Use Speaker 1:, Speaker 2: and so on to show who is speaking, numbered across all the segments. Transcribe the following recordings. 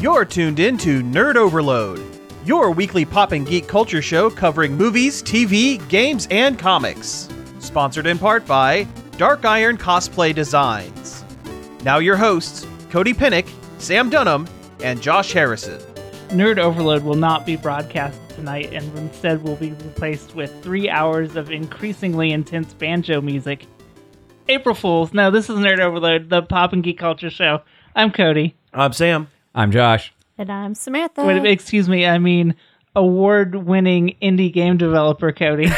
Speaker 1: You're tuned in to Nerd Overload, your weekly pop and geek culture show covering movies, TV, games, and comics. Sponsored in part by Dark Iron Cosplay Designs. Now, your hosts, Cody Pinnick, Sam Dunham, and Josh Harrison.
Speaker 2: Nerd Overload will not be broadcast tonight and instead will be replaced with three hours of increasingly intense banjo music. April Fools. No, this is Nerd Overload, the pop and geek culture show. I'm Cody.
Speaker 1: I'm Sam.
Speaker 3: I'm Josh.
Speaker 4: And I'm Samantha.
Speaker 5: Oh.
Speaker 2: Wait, excuse me, I mean award winning indie game developer Cody.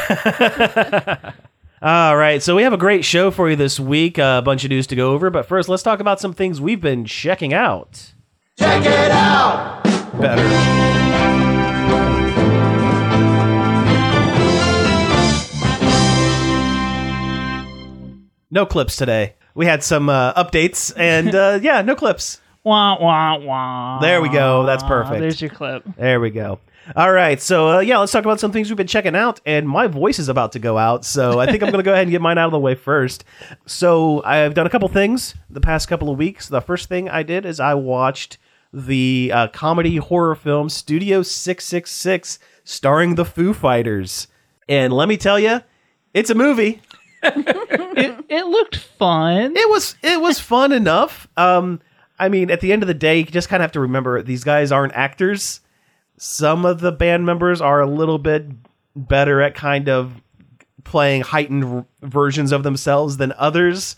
Speaker 5: All right, so we have a great show for you this week. Uh, a bunch of news to go over, but first, let's talk about some things we've been checking out.
Speaker 1: Better.
Speaker 5: No clips today. We had some uh, updates, and uh, yeah, no clips.
Speaker 2: wah, wah, wah.
Speaker 5: There we go. That's perfect.
Speaker 2: There's your clip.
Speaker 5: There we go. All right, so uh, yeah, let's talk about some things we've been checking out. And my voice is about to go out, so I think I'm going to go ahead and get mine out of the way first. So I've done a couple things the past couple of weeks. The first thing I did is I watched the uh, comedy horror film Studio 666, starring the Foo Fighters. And let me tell you, it's a movie.
Speaker 2: It, it looked fun.
Speaker 5: It was it was fun enough. Um, I mean, at the end of the day, you just kind of have to remember these guys aren't actors. Some of the band members are a little bit better at kind of playing heightened r- versions of themselves than others.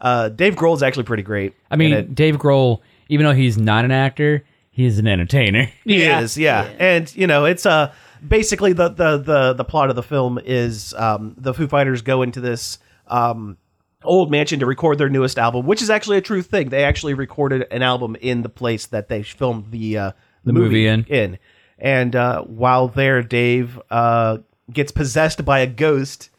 Speaker 5: Uh, Dave Grohl's actually pretty great.
Speaker 3: I mean,
Speaker 5: in it.
Speaker 3: Dave Grohl, even though he's not an actor, he is an entertainer.
Speaker 5: He is, yeah. And you know, it's uh basically the the the the plot of the film is um the Foo Fighters go into this um old mansion to record their newest album, which is actually a true thing. They actually recorded an album in the place that they filmed the uh the,
Speaker 3: movie in.
Speaker 5: And uh while there Dave uh gets possessed by a ghost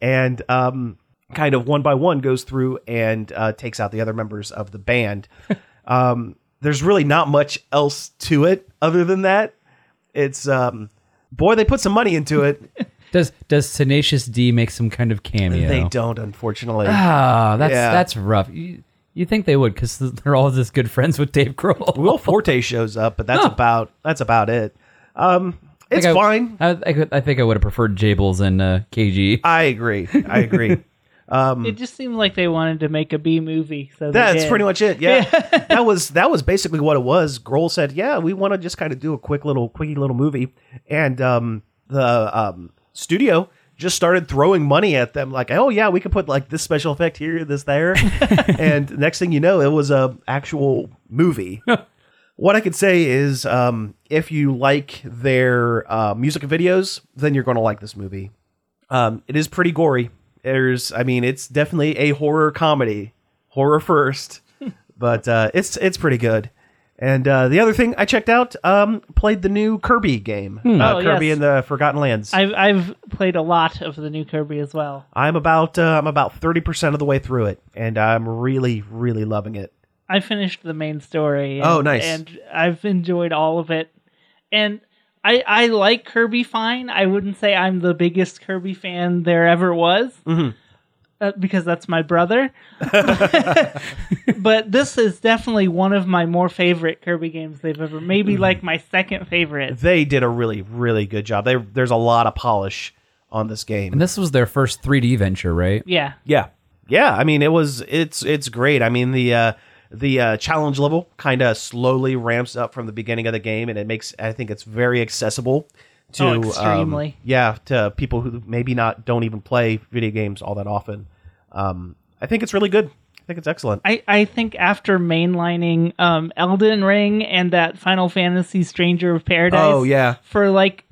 Speaker 5: and um kind of one by one goes through and uh takes out the other members of the band. um there's really not much else to it other than that. It's um boy, they put some money into it.
Speaker 3: Does does Tenacious D make some kind of cameo?
Speaker 5: They don't, unfortunately.
Speaker 3: Ah, that's
Speaker 5: Yeah.
Speaker 3: that's rough. You, you think they would because they're all just good friends with Dave Grohl.
Speaker 5: Will Forte shows up, but that's about that's about it. Um
Speaker 3: I
Speaker 5: it's
Speaker 3: think I-
Speaker 5: fine.
Speaker 3: I, I, could- I think I would have preferred Jables and uh, KG.
Speaker 5: I agree. I agree.
Speaker 2: It just seemed like they wanted to make a B movie. So they
Speaker 5: That's
Speaker 2: did.
Speaker 5: pretty much it. Yeah. that was that was basically what it was. Grohl said, "Yeah, we want to just kind of do a quick little quickie little movie." And um the um studio just started throwing money at them like, "Oh yeah, we could put like this special effect here, this there." and next thing you know, it was a actual movie. what I could say is um if you like their uh, music videos, then you're going to like this movie. Um, it is pretty gory. There's, I mean, it's definitely a horror comedy, horror first, but uh, it's it's pretty good. And uh, the other thing I checked out, um, played the new Kirby game, uh,
Speaker 2: Oh,
Speaker 5: Kirby
Speaker 2: yes.
Speaker 5: in the Forgotten Lands. I,
Speaker 2: I've I've played a lot of the new Kirby as well.
Speaker 5: am about uh, I'm about thirty percent of the way through it, and I'm really really loving it.
Speaker 2: I finished the main story. And,
Speaker 5: Oh, nice.
Speaker 2: And I've enjoyed all of it. And I I like Kirby fine. I wouldn't say I'm the biggest Kirby fan there ever was,
Speaker 5: Mm-hmm.
Speaker 2: uh, because that's my brother. but this is definitely one of my more favorite Kirby games they've ever. Maybe
Speaker 5: Mm-hmm.
Speaker 2: like my second favorite.
Speaker 5: They did a really really good job. They, there's a lot of polish on this game.
Speaker 3: And this was their first 3D venture, right?
Speaker 2: Yeah.
Speaker 5: Yeah. Yeah, I mean it was it's it's great. I mean the uh the uh, challenge level kind of slowly ramps up from the beginning of the game and it makes I think it's very accessible to
Speaker 2: Oh,
Speaker 5: um,
Speaker 2: extremely.
Speaker 5: yeah, to people who maybe not don't even play video games all that often. Um I think it's really good. I think it's excellent.
Speaker 2: I, I think after mainlining um, Elden Ring and that Final Fantasy Stranger of Paradise
Speaker 5: Oh, yeah.
Speaker 2: for like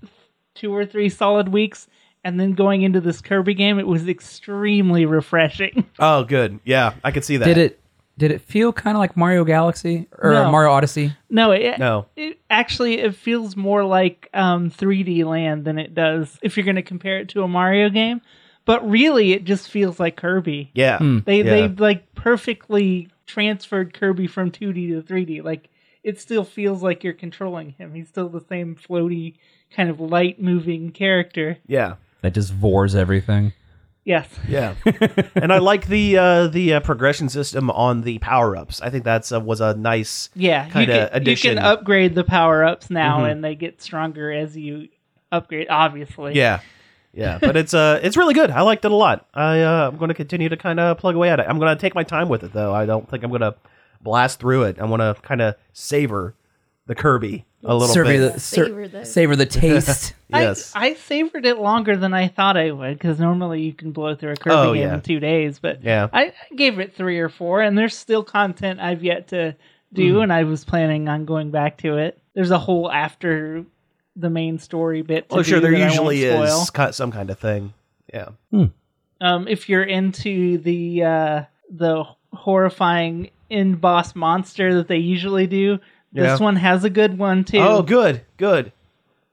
Speaker 2: two or three solid weeks and then going into this Kirby game, it was extremely refreshing.
Speaker 5: Oh, good. Yeah, I could see that.
Speaker 3: Did it did it feel kind of like Mario Galaxy or
Speaker 2: No.
Speaker 3: Mario Odyssey?
Speaker 2: No, it,
Speaker 5: No.
Speaker 2: it actually it feels more like um, 3D Land than it does if you're going to compare it to a Mario game. But really, it just feels like Kirby.
Speaker 5: Yeah.
Speaker 2: They
Speaker 5: Yeah.
Speaker 2: they like perfectly transferred Kirby from 2D to 3D. Like it still feels like you're controlling him. He's still the same floaty kind of light moving character.
Speaker 5: Yeah.
Speaker 3: That just vores everything.
Speaker 2: Yes.
Speaker 5: Yeah, and I like the uh, the uh, progression system on the power ups. I think that's uh, was a nice
Speaker 2: Yeah.
Speaker 5: Kinda
Speaker 2: you, can, you
Speaker 5: addition. Mm-hmm.
Speaker 2: can upgrade the power ups now, and they get stronger as you upgrade. Obviously.
Speaker 5: Yeah. Yeah, but it's uh it's really good. I liked it a lot. I uh, I'm going to continue to kind of plug away at it. I'm going to take my time with it though. I don't think I'm going to blast through it. I want to kind of savor the Kirby a little
Speaker 3: Survey
Speaker 5: bit.
Speaker 3: the, sur-
Speaker 4: Savor the-
Speaker 3: savor the taste.
Speaker 5: yes.
Speaker 2: I, I savored it longer than I thought I would because normally you can blow through a Kirby
Speaker 5: Oh,
Speaker 2: game
Speaker 5: yeah.
Speaker 2: in two days, but
Speaker 5: Yeah.
Speaker 2: I, I gave it three or four, and there's still content I've yet to
Speaker 5: Hmm.
Speaker 2: do, and I was planning on going back to it. There's a whole after the main story bit. To
Speaker 5: oh sure,
Speaker 2: do
Speaker 5: there
Speaker 2: that I won't
Speaker 5: usually is
Speaker 2: spoil.
Speaker 5: ki- some kind of thing. Yeah.
Speaker 2: Um, if you're into the uh, the horrifying end boss monster that they usually do, this
Speaker 5: Yeah.
Speaker 2: one has a good one too.
Speaker 5: Oh, good, good.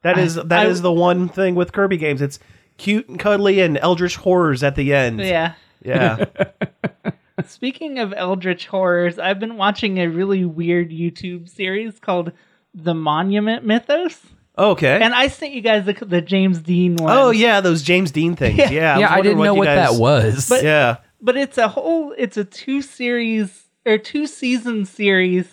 Speaker 5: That is that is
Speaker 2: I-
Speaker 5: the one thing with Kirby games. It's cute and cuddly and eldritch horrors at the end.
Speaker 2: yeah.
Speaker 5: Yeah.
Speaker 2: Speaking of eldritch horrors, I've been watching a really weird YouTube series called The Monument Mythos,
Speaker 5: okay.
Speaker 2: and I sent you guys the, the James Dean one.
Speaker 5: oh yeah, those James Dean things. Yeah. I, was
Speaker 3: yeah, I
Speaker 5: wondering
Speaker 3: didn't know
Speaker 5: you
Speaker 3: what
Speaker 5: guys-
Speaker 3: that was.
Speaker 5: Yeah.
Speaker 2: but it's a whole, it's a two series or two season series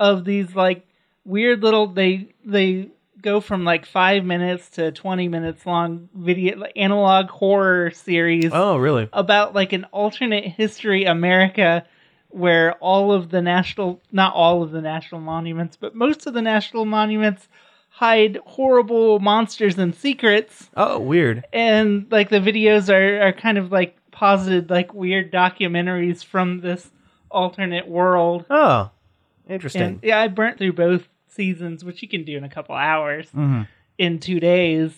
Speaker 2: of these like weird little they they go from like five minutes to twenty minutes long video like, analog horror series.
Speaker 5: Oh, really?
Speaker 2: about like an alternate history America where all of the national not all of the national monuments, but most of the national monuments hide horrible monsters and secrets
Speaker 5: Oh, weird.
Speaker 2: and like the videos are, are kind of like posited like weird documentaries from this alternate world.
Speaker 5: Oh, interesting.
Speaker 2: And yeah, I burnt through both seasons, which you can do in a couple hours
Speaker 5: Mm-hmm.
Speaker 2: in two days.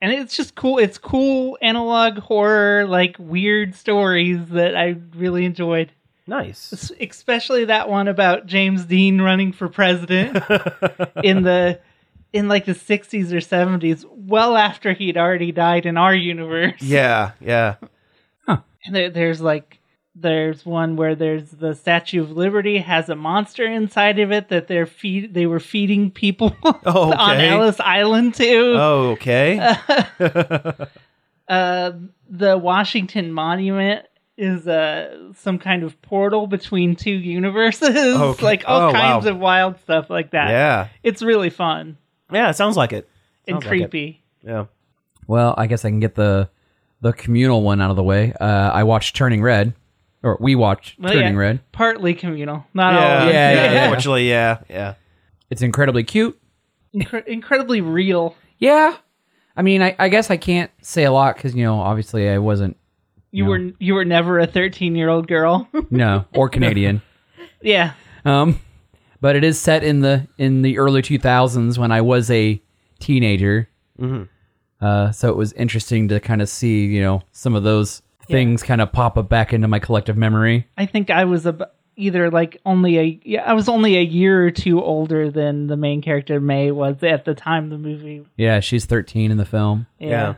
Speaker 2: And it's just cool. It's cool analog horror, like weird stories that I really enjoyed.
Speaker 5: nice.
Speaker 2: S- Especially that one about James Dean running for president in the in like the sixties or seventies, well after he'd already died in our universe.
Speaker 5: Yeah, yeah.
Speaker 2: And there, there's like there's one where there's the Statue of Liberty has a monster inside of it that they're feed they were feeding people
Speaker 5: Oh,
Speaker 2: on
Speaker 5: okay.
Speaker 2: Ellis Island too.
Speaker 5: Oh, okay.
Speaker 2: Uh, the Washington Monument is uh, some kind of portal between two universes,
Speaker 5: Okay.
Speaker 2: like all
Speaker 5: Oh, wow.
Speaker 2: kinds of wild stuff like that.
Speaker 5: yeah,
Speaker 2: It's really fun
Speaker 5: yeah. It sounds like it.
Speaker 2: and
Speaker 5: Sounds like it.
Speaker 2: creepy.
Speaker 5: Yeah.
Speaker 3: Well, I guess I can get the the communal one out of the way. Uh, I watched Turning Red, or we watched
Speaker 2: Well, Oh, yeah,
Speaker 3: Turning Red.
Speaker 2: partly communal, not
Speaker 5: Oh, Yeah,
Speaker 2: all.
Speaker 3: Yeah, yeah, yeah.
Speaker 5: Unfortunately, yeah, yeah.
Speaker 3: It's incredibly cute.
Speaker 2: Incre- incredibly real.
Speaker 3: Yeah, I mean, I, I guess I can't say a lot because you know, obviously, I wasn't
Speaker 2: You were you were never a thirteen year old girl.
Speaker 3: no or Canadian.
Speaker 2: yeah,
Speaker 3: Um, but it is set in the in the early two thousands when I was a teenager. Uh, so it was interesting to kind of see you know some of those things kind of pop up back into my collective memory.
Speaker 2: I think I was ab- either like only a yeah, I was only a year or two older than the main character May was at the time the movie.
Speaker 3: Yeah, she's thirteen in the film.
Speaker 5: Yeah.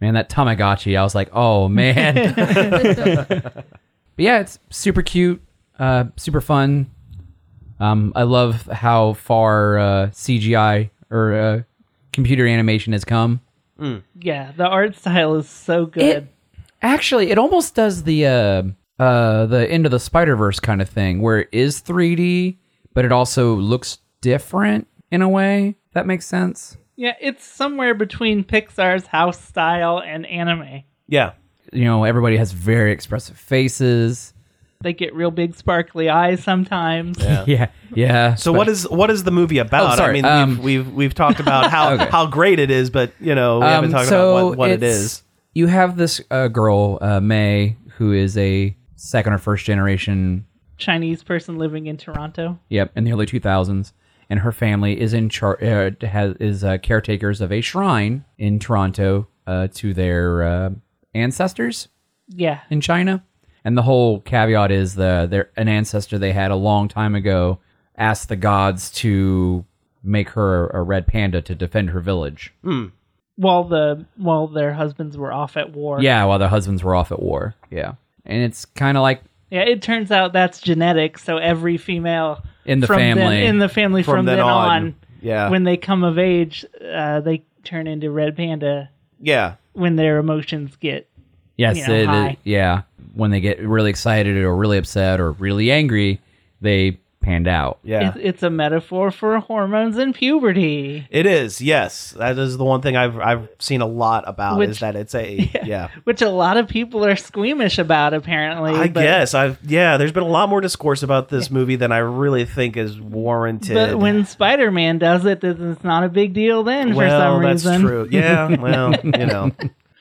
Speaker 3: Man, that Tamagotchi, I was like, oh man. but yeah, it's super cute, uh, super fun. Um, I love how far uh, CGI or uh, computer animation has come.
Speaker 2: yeah, the art style is so good.
Speaker 3: It actually, it almost does the uh, uh, the end of the Spider Verse kind of thing, where it is 3D, but it also looks different in a way. That makes sense.
Speaker 2: Yeah, it's somewhere between Pixar's house style and anime.
Speaker 5: Yeah.
Speaker 3: You know, everybody has very expressive faces.
Speaker 2: They get real big sparkly eyes sometimes.
Speaker 3: Yeah, yeah.
Speaker 5: So what is what is the movie about?
Speaker 3: Oh, sorry,
Speaker 5: I mean,
Speaker 3: um,
Speaker 5: we've, we've we've talked about how how great it is, but you know, we haven't
Speaker 3: Um,
Speaker 5: talked about what, what it
Speaker 3: it's-
Speaker 5: is.
Speaker 3: You have this uh, girl, uh, May, who is a second or first generation,
Speaker 2: Chinese person living in Toronto.
Speaker 3: yep, in the early 2000s, and her family is in char- uh, has is uh, caretakers of a shrine in Toronto uh, to their uh, ancestors
Speaker 2: Yeah.
Speaker 3: in China. And the whole caveat is the their an ancestor they had a long time ago asked the gods to make her a red panda to defend her village.
Speaker 5: Mm.
Speaker 2: While the while their husbands were off at war.
Speaker 3: Yeah, while their husbands were off at war. Yeah. And it's kind of like
Speaker 2: Yeah, it turns out that's genetic, so every female
Speaker 3: In the
Speaker 2: from then-
Speaker 3: family.
Speaker 2: in the family from, then, on,
Speaker 5: yeah,
Speaker 2: when they come of age, uh, they turn into red panda
Speaker 5: yeah,
Speaker 2: when their emotions get
Speaker 3: Yes,
Speaker 2: you know,
Speaker 3: it- it-
Speaker 2: high.
Speaker 3: yeah. When they get really excited or really upset or really angry, they panned out.
Speaker 5: Yeah.
Speaker 2: It's, it's a metaphor for hormones and puberty,
Speaker 5: It is, yes. That is the one thing I've I've seen a lot about
Speaker 2: Which-
Speaker 5: is that it's a yeah.
Speaker 2: which a lot of people are squeamish about, apparently.
Speaker 5: I
Speaker 2: but-
Speaker 5: guess I've yeah. There's been a lot more discourse about this movie than I really think is warranted.
Speaker 2: But when Spider Man does it, then it's not a big deal then for
Speaker 5: well,
Speaker 2: some
Speaker 5: that's
Speaker 2: reason.
Speaker 5: true. Yeah. Well, you know.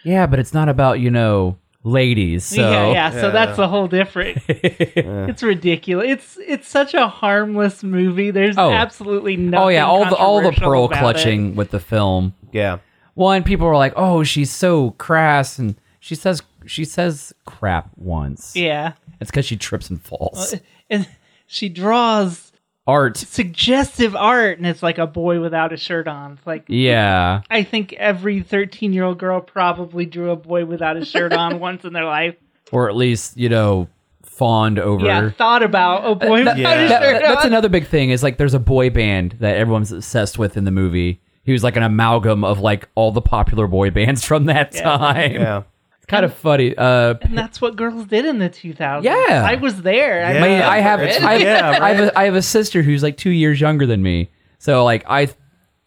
Speaker 3: Yeah, but it's not about you know ladies. So
Speaker 2: yeah, yeah, so that's a whole different. it's ridiculous. It's it's such a harmless movie. There's
Speaker 3: Oh.
Speaker 2: absolutely nothing.
Speaker 3: oh yeah, all the all the
Speaker 2: controversial
Speaker 3: pearl
Speaker 2: about it.
Speaker 3: clutching with the film.
Speaker 5: Yeah.
Speaker 3: Well, and people were like, "Oh, she's so crass," and she says she says crap once.
Speaker 2: Yeah,
Speaker 3: It's because she trips and falls.
Speaker 2: and she draws
Speaker 3: Art.
Speaker 2: suggestive art, and it's like a boy without a shirt on. It's like
Speaker 3: Yeah.
Speaker 2: I think every thirteen-year-old girl probably drew a boy without a shirt on once in their life.
Speaker 3: Or at least you know fawned over.
Speaker 2: Yeah, thought about a boy without
Speaker 5: yeah.
Speaker 2: a
Speaker 3: That-
Speaker 2: shirt
Speaker 3: that-
Speaker 2: on.
Speaker 3: that's another big thing is like there's a boy band that everyone's obsessed with in the movie. He was like an amalgam of like all the popular boy bands from that time.
Speaker 5: Yeah.
Speaker 3: It's kind of funny. Uh,
Speaker 2: And that's what girls did in the 2000s.
Speaker 3: Yeah.
Speaker 2: I was there. I
Speaker 5: Yeah.
Speaker 3: I mean, I have,
Speaker 5: It's-
Speaker 3: I have,
Speaker 5: yeah, right.
Speaker 3: I, have a, I have a sister who's like two years younger than me, so like I,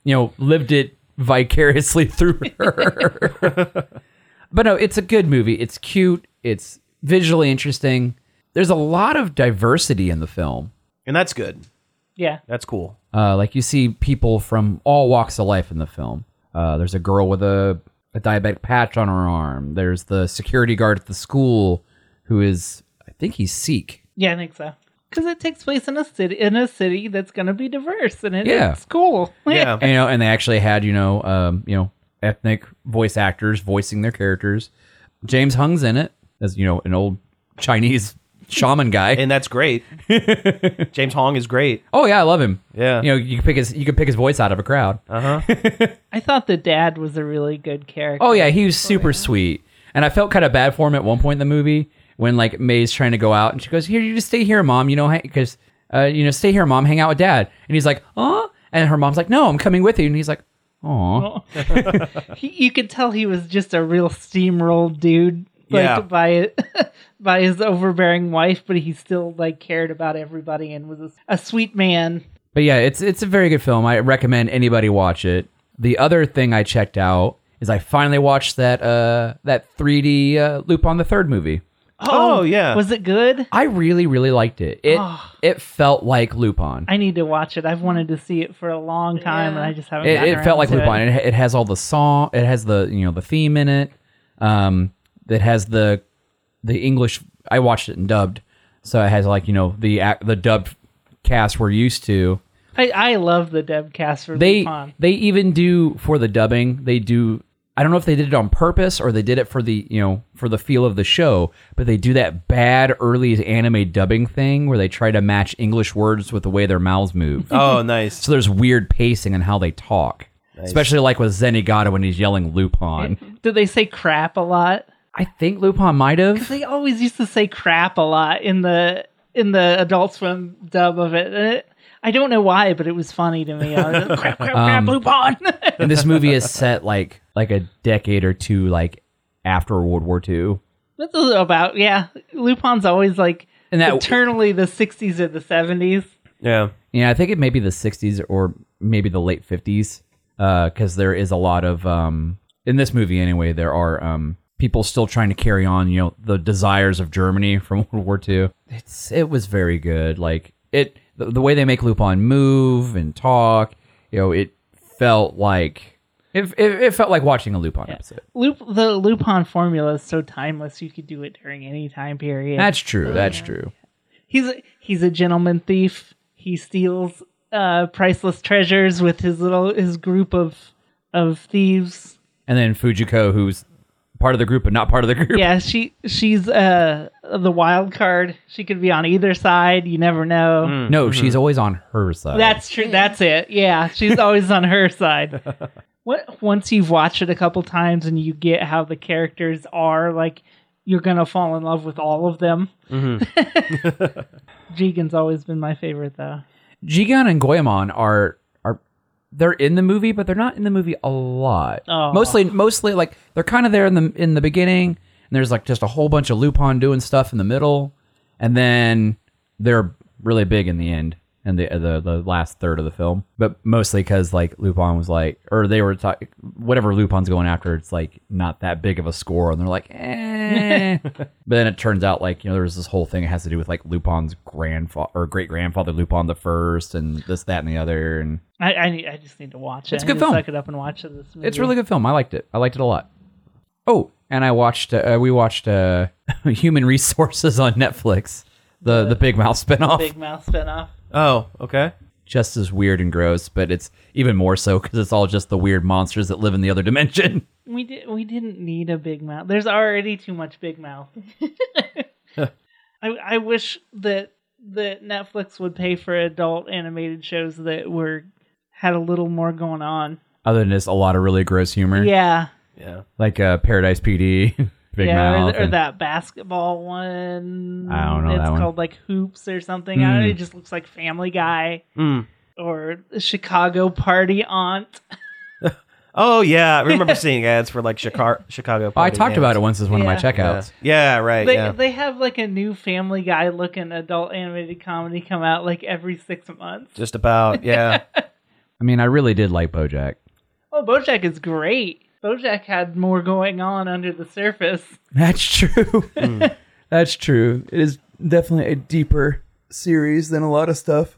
Speaker 3: you know, lived it vicariously through her. but no, it's a good movie. It's cute. It's visually interesting. There's a lot of diversity in the film.
Speaker 5: And that's good.
Speaker 2: yeah.
Speaker 5: That's cool.
Speaker 3: Uh, like you see people from all walks of life in the film. Uh, there's a girl with a, a diabetic patch on her arm. There's the security guard at the school who is, I think he's Sikh.
Speaker 2: Yeah, I think so. Because it takes place in a city in a city that's going to be diverse, and it,
Speaker 3: Yeah.
Speaker 2: it's cool.
Speaker 5: Yeah.
Speaker 3: And, you know, and they actually had you know, um, you know, ethnic voice actors voicing their characters. James Hung's in it as you know an old Chinese shaman guy.
Speaker 5: And that's great. James Hong is great.
Speaker 3: oh yeah, I love him.
Speaker 5: Yeah.
Speaker 3: you know, you can pick his you can pick his voice out of a crowd.
Speaker 2: I thought the dad was a really good character.
Speaker 3: Oh yeah, he was super sweet, and I felt kind of bad for him at one point in the movie when like May's trying to go out, and she goes, "Here, you just stay here, mom. You know, because uh, you know, stay here, mom. Hang out with dad." And he's like, "Huh?" And her mom's like, "No, I'm coming with you." And he's like, "Aw."
Speaker 2: He, you could tell he was just a real steamrolled dude, like
Speaker 5: Yeah.
Speaker 2: by by his overbearing wife, but he still like cared about everybody and was a, a sweet man.
Speaker 3: But yeah, it's it's a very good film. I recommend anybody watch it. The other thing I checked out is I finally watched that uh that 3D uh, Loop on the Third movie.
Speaker 5: Oh, yeah.
Speaker 2: was it good?
Speaker 3: I really really liked it. It it felt like Lupin.
Speaker 2: I need to watch it. I've wanted to see it for a long time, and I just haven't.
Speaker 3: It,
Speaker 2: gotten
Speaker 3: it felt
Speaker 2: around
Speaker 3: like
Speaker 2: to it.
Speaker 3: Lupin. It, it has all the song. It has the you know the theme in it. Um, it has the the English. I watched it and dubbed, so it has like you know the ac- the dubbed cast we're used to.
Speaker 2: I, I love the Debcast for
Speaker 3: they
Speaker 2: Lupin.
Speaker 3: they even do for the dubbing they do i don't know if they did it on purpose or they did it for the you know for the feel of the show but they do that bad early anime dubbing thing where they try to match english words with the way their mouths move
Speaker 5: oh, nice.
Speaker 3: so there's weird pacing in how they talk especially like with zenigata when he's yelling lupin
Speaker 2: Did they say crap a lot?
Speaker 3: i think lupin might have
Speaker 2: They always used to say crap a lot in the in the Adult Swim dub of it. And it- I don't know why, but it was funny to me. I was like, crap, crap,
Speaker 3: Um,
Speaker 2: crap, Lupin.
Speaker 3: and this movie is set like like a decade or two like after world war ii
Speaker 2: That's what it's about yeah. Lupin's always like
Speaker 3: And that-
Speaker 2: eternally the '60s or the '70s.
Speaker 5: Yeah.
Speaker 3: Yeah, I think it may be the 60s or maybe the late 50s, because there is a lot of um, in this movie anyway. There are um, people still trying to carry on, you know, the desires of Germany from World War II. It's it was very good. Like it, the, the way they make Lupin move and talk, you know, it felt like it, it, it felt like watching a Lupin episode.
Speaker 2: Lup, the Lupin formula is so timeless; you could do it during any time period.
Speaker 3: That's true. That's true.
Speaker 2: he's a, he's a gentleman thief. He steals uh, priceless treasures with his little his group of of thieves.
Speaker 3: And then Fujiko, who's part of the group but not part of the group.
Speaker 2: Yeah, she she's uh the wild card. She could be on either side. You never know.
Speaker 3: No, she's always on her side.
Speaker 2: That's true. That's it. Yeah, she's always on her side. What once you've watched it a couple times and you get how the characters are, like you're gonna fall in love with all of them.
Speaker 3: Mm-hmm.
Speaker 2: Jigen's always been my favorite though.
Speaker 3: Jigan and Goemon are are they're in the movie, but they're not in the movie a lot.
Speaker 2: Oh.
Speaker 3: Mostly, mostly like they're kind of there in the in the beginning, And there's like just a whole bunch of Lupin doing stuff in the middle, and then they're really big in the end and the the, the last third of the film. But mostly because like Lupin was like, or they were talking whatever Lupin's going after. It's like not that big of a score, and they're like, eh. but then it turns out like you know there's this whole thing that has to do with like Lupin's grandfather or great grandfather Lupin the first, and this that and the other, and
Speaker 2: I, I, need- I just need to watch it.
Speaker 3: It's a
Speaker 2: I
Speaker 3: good
Speaker 2: need to
Speaker 3: film.
Speaker 2: Suck it up and watch this. Movie.
Speaker 3: it's a really good film. I liked it. I liked it a lot. Oh, and I watched. Uh, we watched uh, Human Resources on Netflix. The the Big Mouth spinoff.
Speaker 2: Big Mouth spinoff.
Speaker 5: Oh, okay.
Speaker 3: just as weird and gross, but it's even more so because it's all just the weird monsters that live in the other dimension.
Speaker 2: We did. We didn't need a Big Mouth. There's already too much Big Mouth. I, I wish that that Netflix would pay for adult animated shows that were had a little more going on.
Speaker 3: Other than just a lot of really gross humor,
Speaker 2: Yeah,
Speaker 5: Yeah.
Speaker 3: like uh, Paradise PD, Big
Speaker 2: yeah, or-
Speaker 3: Mouth,
Speaker 2: or,
Speaker 3: and-
Speaker 2: that basketball one.
Speaker 3: I don't know
Speaker 2: It's
Speaker 3: that one. Hmm.
Speaker 2: called like Hoops or something. I don't know, it just looks like Family Guy or Chicago Party Aunt.
Speaker 5: Oh yeah, I remember seeing ads for like Chicago. Chicago.
Speaker 3: Oh, I talked about it once as one
Speaker 2: Yeah.
Speaker 3: of my checkouts.
Speaker 5: Yeah, right.
Speaker 2: They
Speaker 5: yeah.
Speaker 2: they have like a new Family Guy looking adult animated comedy come out like every six months.
Speaker 5: Just about. Yeah.
Speaker 3: I mean, I really did like BoJack.
Speaker 2: Oh, BoJack is great. BoJack had more going on under the surface.
Speaker 3: That's true. That's true. It is definitely a deeper series than a lot of stuff.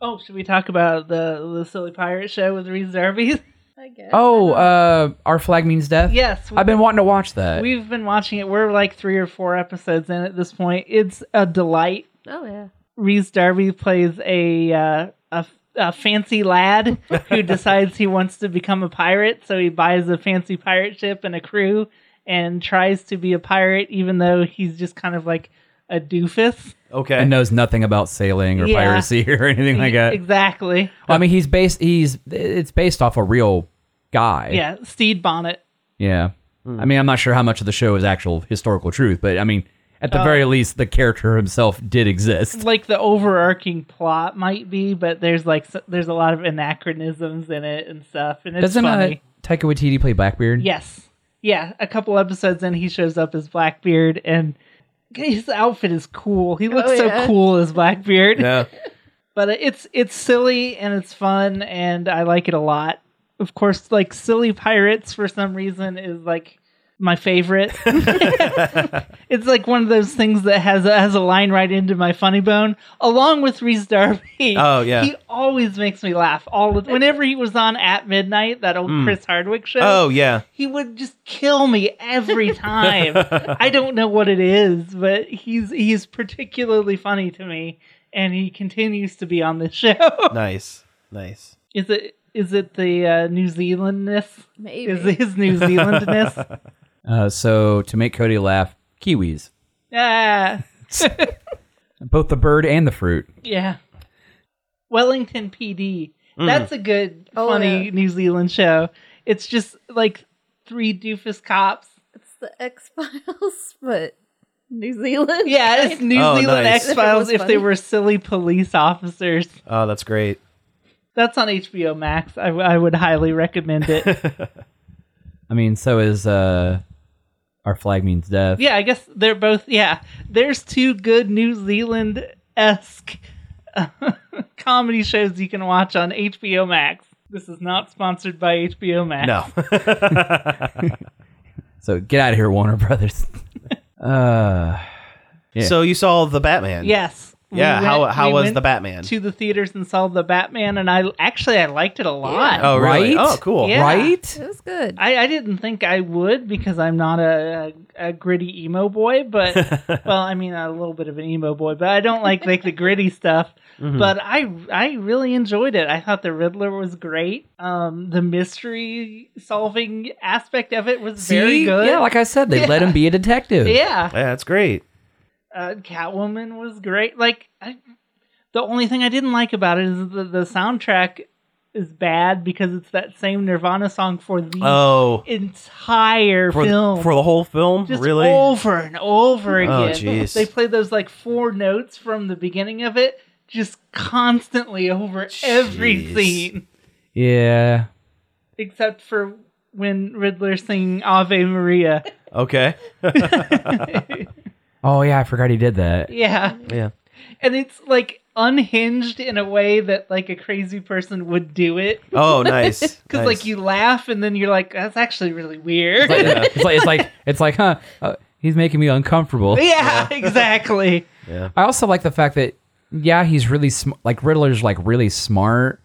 Speaker 2: Oh, should we talk about the the silly pirate show with Reese Darby?
Speaker 4: I guess.
Speaker 3: Oh, uh, our flag means death.
Speaker 2: yes, we,
Speaker 3: I've been wanting to watch that.
Speaker 2: we've been watching it. We're like three or four episodes in at this point. It's a delight.
Speaker 4: Oh yeah.
Speaker 2: Reese Darby plays a uh, a, a fancy lad who decides he wants to become a pirate, so he buys a fancy pirate ship and a crew and tries to be a pirate, even though he's just kind of like a doofus.
Speaker 5: Okay.
Speaker 3: and knows nothing about sailing or
Speaker 2: Yeah. E-
Speaker 3: piracy or anything like that.
Speaker 2: Exactly.
Speaker 3: Well, I mean, he's based. He's it's based off a real guy.
Speaker 2: Yeah, Steed Bonnet.
Speaker 3: Yeah. I mean, I'm not sure how much of the show is actual historical truth, but I mean, at
Speaker 2: Oh.
Speaker 3: the very least, the character himself did exist.
Speaker 2: Like the overarching plot might be, but there's like s- there's a lot of anachronisms in it and stuff, and it's
Speaker 3: Doesn't uh,
Speaker 2: funny.
Speaker 3: Taika Waititi play Blackbeard?
Speaker 2: Yes. Yeah, a couple episodes in, he shows up as Blackbeard, and his outfit is cool. He looks
Speaker 4: Oh,
Speaker 2: so
Speaker 4: yeah.
Speaker 2: cool as Blackbeard.
Speaker 5: yeah.
Speaker 2: But it's it's silly and it's fun, and I like it a lot. Of course, like silly pirates for some reason is like my favorite. it's like one of those things that has has a line right into my funny bone, along with Reese Darby.
Speaker 5: Oh, yeah.
Speaker 2: he always makes me laugh. All of, whenever he was on at midnight, that old Chris Hardwick show
Speaker 5: Hmm. Oh yeah.
Speaker 2: he would just kill me every time. I don't know what it is, but he's he's particularly funny to me, and he continues to be on this show.
Speaker 5: Nice. Nice.
Speaker 2: is it is it the uh, New Zealandness?
Speaker 4: Maybe.
Speaker 2: Is it his New Zealandness?
Speaker 3: Uh, so to make Cody laugh, kiwis,
Speaker 2: ah,
Speaker 3: both the bird and the fruit.
Speaker 2: yeah. Wellington PD.
Speaker 5: Hmm.
Speaker 2: That's a good
Speaker 4: Oh,
Speaker 2: funny
Speaker 4: yeah.
Speaker 2: New Zealand show. It's just like three doofus cops.
Speaker 4: It's the X Files, but New Zealand.
Speaker 2: Yeah, it's New
Speaker 5: Oh,
Speaker 2: Zealand
Speaker 5: nice.
Speaker 2: X Files
Speaker 4: That was
Speaker 2: if they
Speaker 4: funny.
Speaker 2: were silly police officers.
Speaker 5: Oh, that's great.
Speaker 2: That's on HBO Max. I, I would highly recommend it.
Speaker 3: I mean, so is uh, our flag means death.
Speaker 2: yeah, I guess they're both. Yeah, there's two good New Zealand esque comedy shows you can watch on HBO Max. This is not sponsored by HBO Max.
Speaker 5: No.
Speaker 3: So get out of here, Warner Brothers. uh, Yeah.
Speaker 5: So you saw the Batman.
Speaker 2: Yes. we
Speaker 5: Yeah.
Speaker 2: went-
Speaker 5: how how
Speaker 2: we
Speaker 5: was
Speaker 2: went
Speaker 5: the Batman?
Speaker 2: To the theaters and saw the Batman, and I actually I liked it a lot.
Speaker 5: oh
Speaker 3: Right?
Speaker 5: really? Oh cool.
Speaker 2: Yeah.
Speaker 3: Right?
Speaker 4: It was good.
Speaker 2: I, I didn't think I would because I'm not a, a, a gritty emo boy, but well, I mean a little bit of an emo boy, but I don't like like the gritty stuff. But I I really enjoyed it. I thought the Riddler was great. Um, the mystery solving aspect of it was very
Speaker 3: See?
Speaker 2: good.
Speaker 3: Yeah, like I said, they let him be a detective.
Speaker 2: yeah.
Speaker 5: Yeah, that's great.
Speaker 2: Uh, Catwoman was great. Like I, the only thing I didn't like about it is the the soundtrack is bad because it's that same Nirvana song for the
Speaker 5: Oh.
Speaker 2: entire
Speaker 5: For,
Speaker 2: film
Speaker 5: for the whole film,
Speaker 2: just
Speaker 5: really?
Speaker 2: over and over
Speaker 5: Oh,
Speaker 2: again.
Speaker 5: jeez.
Speaker 2: They play those like four notes from the beginning of it just constantly over every
Speaker 5: Jeez.
Speaker 2: scene,
Speaker 3: Yeah.
Speaker 2: except for when Riddler singing Ave Maria.
Speaker 5: Okay.
Speaker 3: Oh yeah, I forgot he did that.
Speaker 2: Yeah.
Speaker 5: Yeah.
Speaker 2: And it's like unhinged in a way that like a crazy person would do it.
Speaker 5: Oh, nice.
Speaker 2: Because
Speaker 5: nice.
Speaker 2: like you laugh and then you're like, that's actually really weird.
Speaker 3: It's like it's like it's like, it's like huh? Uh, he's making me uncomfortable.
Speaker 2: yeah, exactly.
Speaker 3: I also like the fact that yeah, he's really sm- like Riddler's like really smart,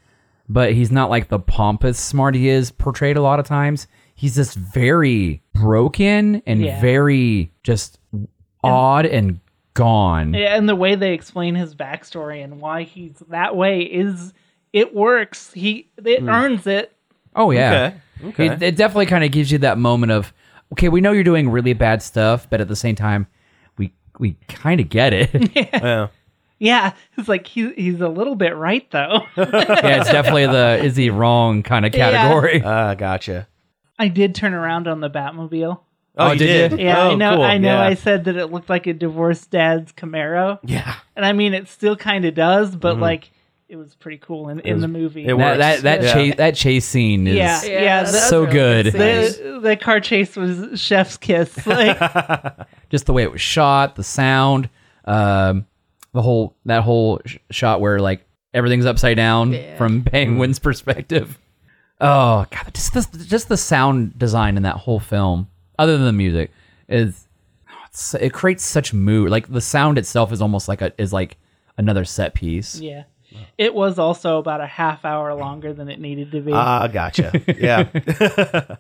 Speaker 3: but he's not like the pompous smart he is portrayed a lot of times. He's just very broken and
Speaker 2: Yeah.
Speaker 3: very just odd and gone.
Speaker 2: Yeah, and the way they explain his backstory and why he's that way is it works. He it
Speaker 5: Hmm.
Speaker 2: earns it.
Speaker 3: Oh yeah.
Speaker 5: Okay, okay.
Speaker 3: It, it definitely kind of gives you that moment of okay, we know you're doing really bad stuff, but at the same time, we we kind of get it.
Speaker 5: Yeah.
Speaker 2: Yeah, it's like he, he's a little bit right though.
Speaker 3: yeah, it's definitely the is he wrong kind of
Speaker 2: Yeah.
Speaker 3: category.
Speaker 5: Ah, gotcha.
Speaker 2: I did turn around on the Batmobile.
Speaker 5: Oh,
Speaker 3: Oh,
Speaker 5: you
Speaker 3: did
Speaker 5: did?
Speaker 3: you?
Speaker 2: Yeah,
Speaker 5: oh,
Speaker 2: I know.
Speaker 5: cool.
Speaker 2: I know.
Speaker 5: Yeah.
Speaker 2: I said that it looked like a divorced dad's Camaro,
Speaker 5: yeah.
Speaker 2: and I mean it still kind of does, but like it was pretty cool in, in
Speaker 5: was-
Speaker 2: the movie.
Speaker 5: Mm-hmm. it
Speaker 3: That
Speaker 5: works.
Speaker 3: that that
Speaker 5: Yeah.
Speaker 3: chase that chase scene is
Speaker 2: Yeah.
Speaker 4: that's
Speaker 3: so
Speaker 4: really
Speaker 3: good.
Speaker 4: sexy.
Speaker 2: The the car chase was chef's kiss. Like,
Speaker 3: just the way it was shot, the sound, um, the whole that whole sh- shot where like everything's upside down
Speaker 4: Yeah.
Speaker 3: from Penguin's perspective. Oh god, just the, just the sound design in that whole film, other than the music, is oh, it's- it creates such mood. Like the sound itself is almost like a is like another set piece.
Speaker 2: yeah, it was also about a half hour longer than it needed to be.
Speaker 5: Ah, gotcha. Yeah.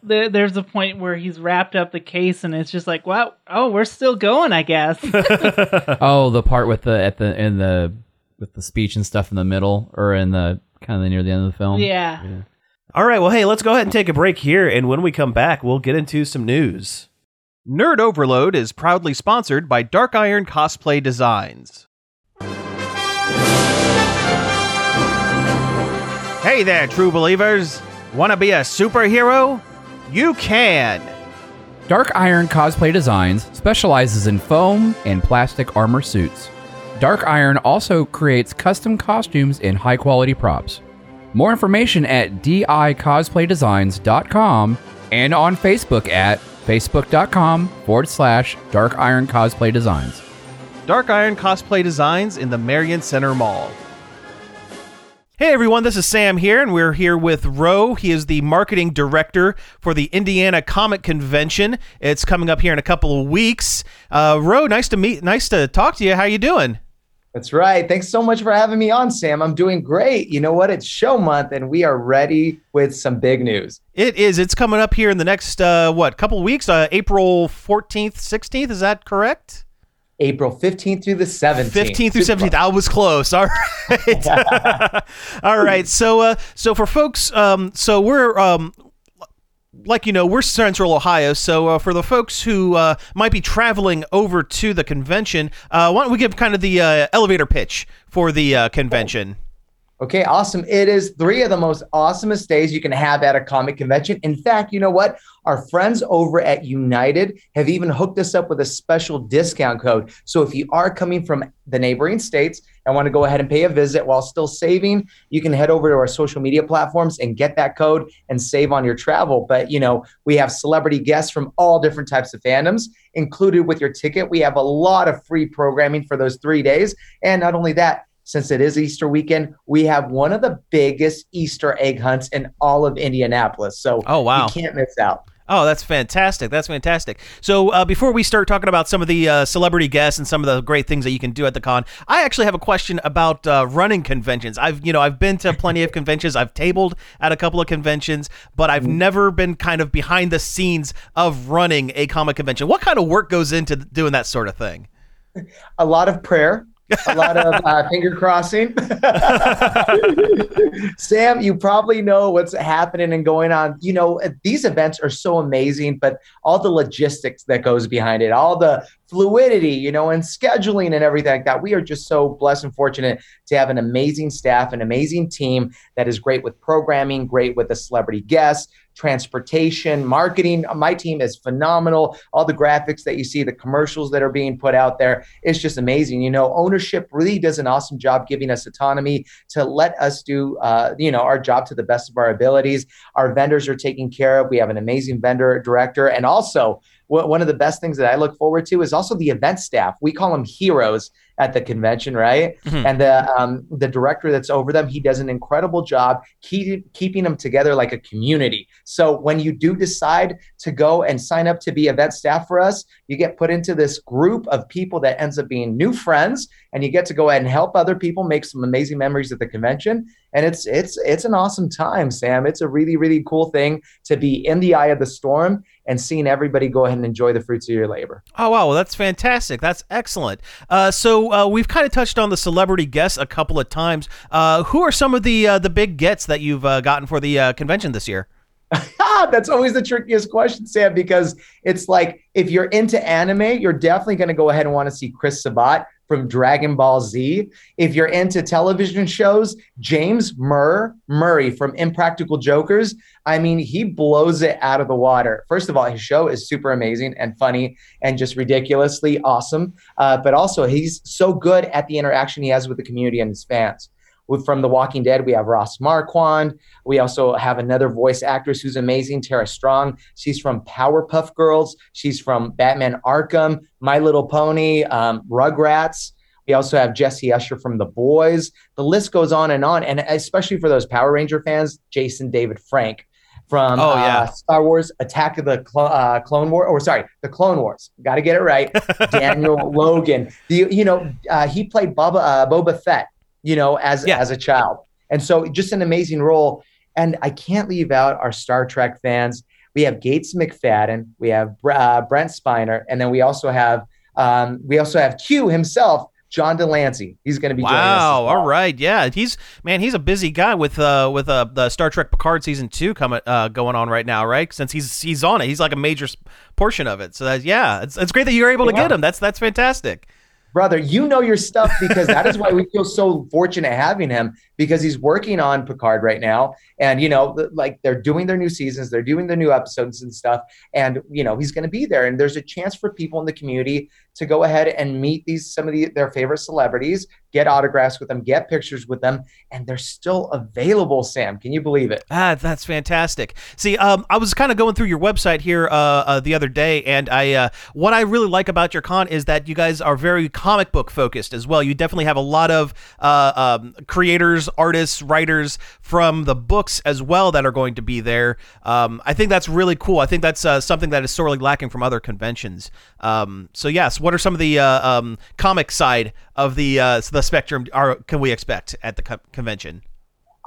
Speaker 2: there, there's a point where he's wrapped up the case, and it's just like, wow, oh, we're still going, I guess.
Speaker 3: Oh, the part with the at the in the with the speech and stuff in the middle or in the kind of near the end of the film.
Speaker 2: yeah,
Speaker 5: All right. Well, hey, let's go ahead and take a break here. And when we come back, we'll get into some news.
Speaker 1: Nerd Overload is proudly sponsored by Dark Iron Cosplay Designs. Hey there, true believers! Want to be a superhero? You can!
Speaker 3: Dark Iron Cosplay Designs specializes in foam and plastic armor suits. Dark Iron also creates custom costumes and high quality props. More information at dicosplaydesigns.com and on Facebook at facebook.com forward slash dark iron cosplay designs.
Speaker 1: Dark Iron Cosplay Designs in the Marion Center Mall.
Speaker 5: Hey everyone, this is Sam here, and we're here with Roe. He is the marketing director for the Indiana Comic Convention. It's coming up here in a couple of weeks. Uh, Roe, nice to meet, nice to talk to you. How you doing?
Speaker 6: That's right. Thanks so much for having me on, Sam. I'm doing great. You know what? It's show month and we are ready with some big news.
Speaker 5: It is. It's coming up here in the next uh, what couple of weeks? Uh, April fourteenth, sixteenth. Is that correct?
Speaker 6: April 15th through the 17th.
Speaker 5: Fifteenth through seventeenth. I was close. All right. All right. So, uh, so for folks, um, so we're um, like you know we're central ohio so uh, for the folks who uh, might be traveling over to the convention uh, why don't we give kind of the uh, elevator pitch for the uh, convention
Speaker 6: Okay, awesome. It is three of the most awesomest days you can have at a comic convention. In fact, you know what? Our friends over at United have even hooked us up with a special discount code. So if you are coming from the neighboring states and want to go ahead and pay a visit while still saving, you can head over to our social media platforms and get that code and save on your travel. But, you know, we have celebrity guests from all different types of fandoms included with your ticket. We have a lot of free programming for those three days. And not only that, since it is Easter weekend, we have one of the biggest Easter egg hunts in all of Indianapolis. So
Speaker 5: oh wow
Speaker 6: you can't miss out.
Speaker 5: Oh, that's fantastic. That's fantastic. So, uh, before we start talking about some of the uh, celebrity guests and some of the great things that you can do at the con, I actually have a question about uh, running conventions. I've, you know, I've been to plenty of conventions. I've tabled at a couple of conventions, but I've never been kind of behind the scenes of running a comic convention. What kind of work goes into doing that sort of thing?
Speaker 6: a lot of prayer, a lot of uh, finger crossing. Sam, you probably know what's happening and going on. You know, these events are so amazing, but all the logistics that goes behind it, all the fluidity, you know, and scheduling and everything like that. We are just so blessed and fortunate to have an amazing staff, an amazing team that is great with programming, great with the celebrity guests, transportation, marketing. My team is phenomenal. All the graphics that you see, the commercials that are being put out there, it's just amazing. You know, ownership really does an awesome job giving us autonomy to let us do, uh, you know, our job to the best of our abilities. Our vendors are taken care of. We have an amazing vendor director, and also wh- one of the best things that I look forward to is also the event staff. We call them heroes at the convention, right?
Speaker 1: Mhm.
Speaker 6: And the um, the director that's over them, he does an incredible job keep, keeping them together like a community. So when you do decide to go and sign up to be event staff for us, you get put into this group of people that ends up being new friends, and you get to go ahead and help other people make some amazing memories at the convention. And it's it's it's an awesome time, Sam. It's a really really cool thing to be in the eye of the storm and seeing everybody go ahead and enjoy the fruits of your labor.
Speaker 1: Oh wow, well, that's fantastic. That's excellent. Uh, so uh, we've kind of touched on the celebrity guests a couple of times. Uh, who are some of the uh, the big gets that you've uh, gotten for the uh, convention this year?
Speaker 6: Ah, that's always the trickiest question, Sam, because it's like if you're into anime, you're definitely going to go ahead and want to see Chris Sabat from Dragon Ball Z. If you're into television shows, James Murr Murray from Impractical Jokers. I mean, he blows it out of the water. First of all, his show is super amazing and funny and just ridiculously awesome. Uh, but also, he's so good at the interaction he has with the community and his fans. With, from The Walking Dead, we have Ross Marquand. We also have another voice actress who's amazing, Tara Strong. She's from Powerpuff Girls. She's from Batman Arkham, My Little Pony, um, Rugrats. We also have Jesse Usher from The Boys. The list goes on and on. And especially for those Power Ranger fans, Jason David Frank from
Speaker 1: Oh,
Speaker 6: uh,
Speaker 1: yeah.
Speaker 6: Star Wars Attack of the Clo- uh, Clone War, or sorry, The Clone Wars. Got to get it right. Daniel Logan. The, you know, uh, he played Boba, uh, Boba Fett, you know, as,
Speaker 1: Yeah.
Speaker 6: as a child. And so just an amazing role. And I can't leave out our Star Trek fans. We have Gates McFadden, we have Br- uh, Brent Spiner, and then we also have um, we also have Q himself, John Delancey. He's going to be joining us. as
Speaker 1: Wow!
Speaker 6: well.
Speaker 1: All right, yeah, he's man, he's a busy guy with uh with uh the Star Trek Picard season two coming uh going on right now, right? Since he's he's on it, he's like a major s- portion of it. So that's, yeah, it's, it's great that you're able to
Speaker 6: Yeah.
Speaker 1: get him. That's that's fantastic.
Speaker 6: brother, you know your stuff because that is why we feel so fortunate having him because he's working on Picard right now. And, you know, th- like they're doing their new seasons, they're doing their new episodes and stuff. And, you know, he's going to be there. And there's a chance for people in the community to go ahead and meet these, some of the, their favorite celebrities, get autographs with them, get pictures with them. And they're still available, Sam. Can you believe it?
Speaker 1: Ah, that's fantastic. See, um, I was kind of going through your website here uh, uh, the other day, and I uh, what I really like about your con is that you guys are very comic book focused as well. You definitely have a lot of uh, um, creators, artists, writers from the books as well that are going to be there. Um, I think that's really cool. I think that's uh, something that is sorely lacking from other conventions. Um, so yes, what are some of the uh, um, comic side of the uh, the spectrum? Are can we expect at the co- convention?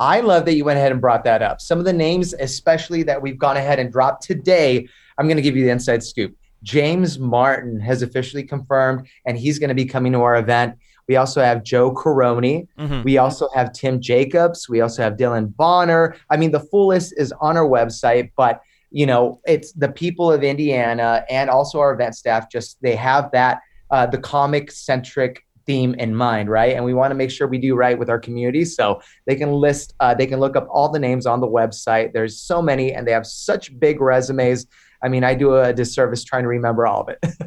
Speaker 6: I love that you went ahead and brought that up. Some of the names, especially that we've gone ahead and dropped today, I'm going to give you the inside scoop. James Martin has officially confirmed, and he's going to be coming to our event. We also have Joe Caroni.
Speaker 5: Hmm.
Speaker 1: Mhm.
Speaker 6: We also have Tim Jacobs. We also have Dylan Bonner. I mean, the full list is on our website, but you know, it's the people of Indiana and also our event staff. Just they have that uh, the comic centric theme in mind, right? And we want to make sure we do right with our community. So they can list, uh, they can look up all the names on the website. There's so many, and they have such big resumes. I mean, I do a disservice trying to remember all of it.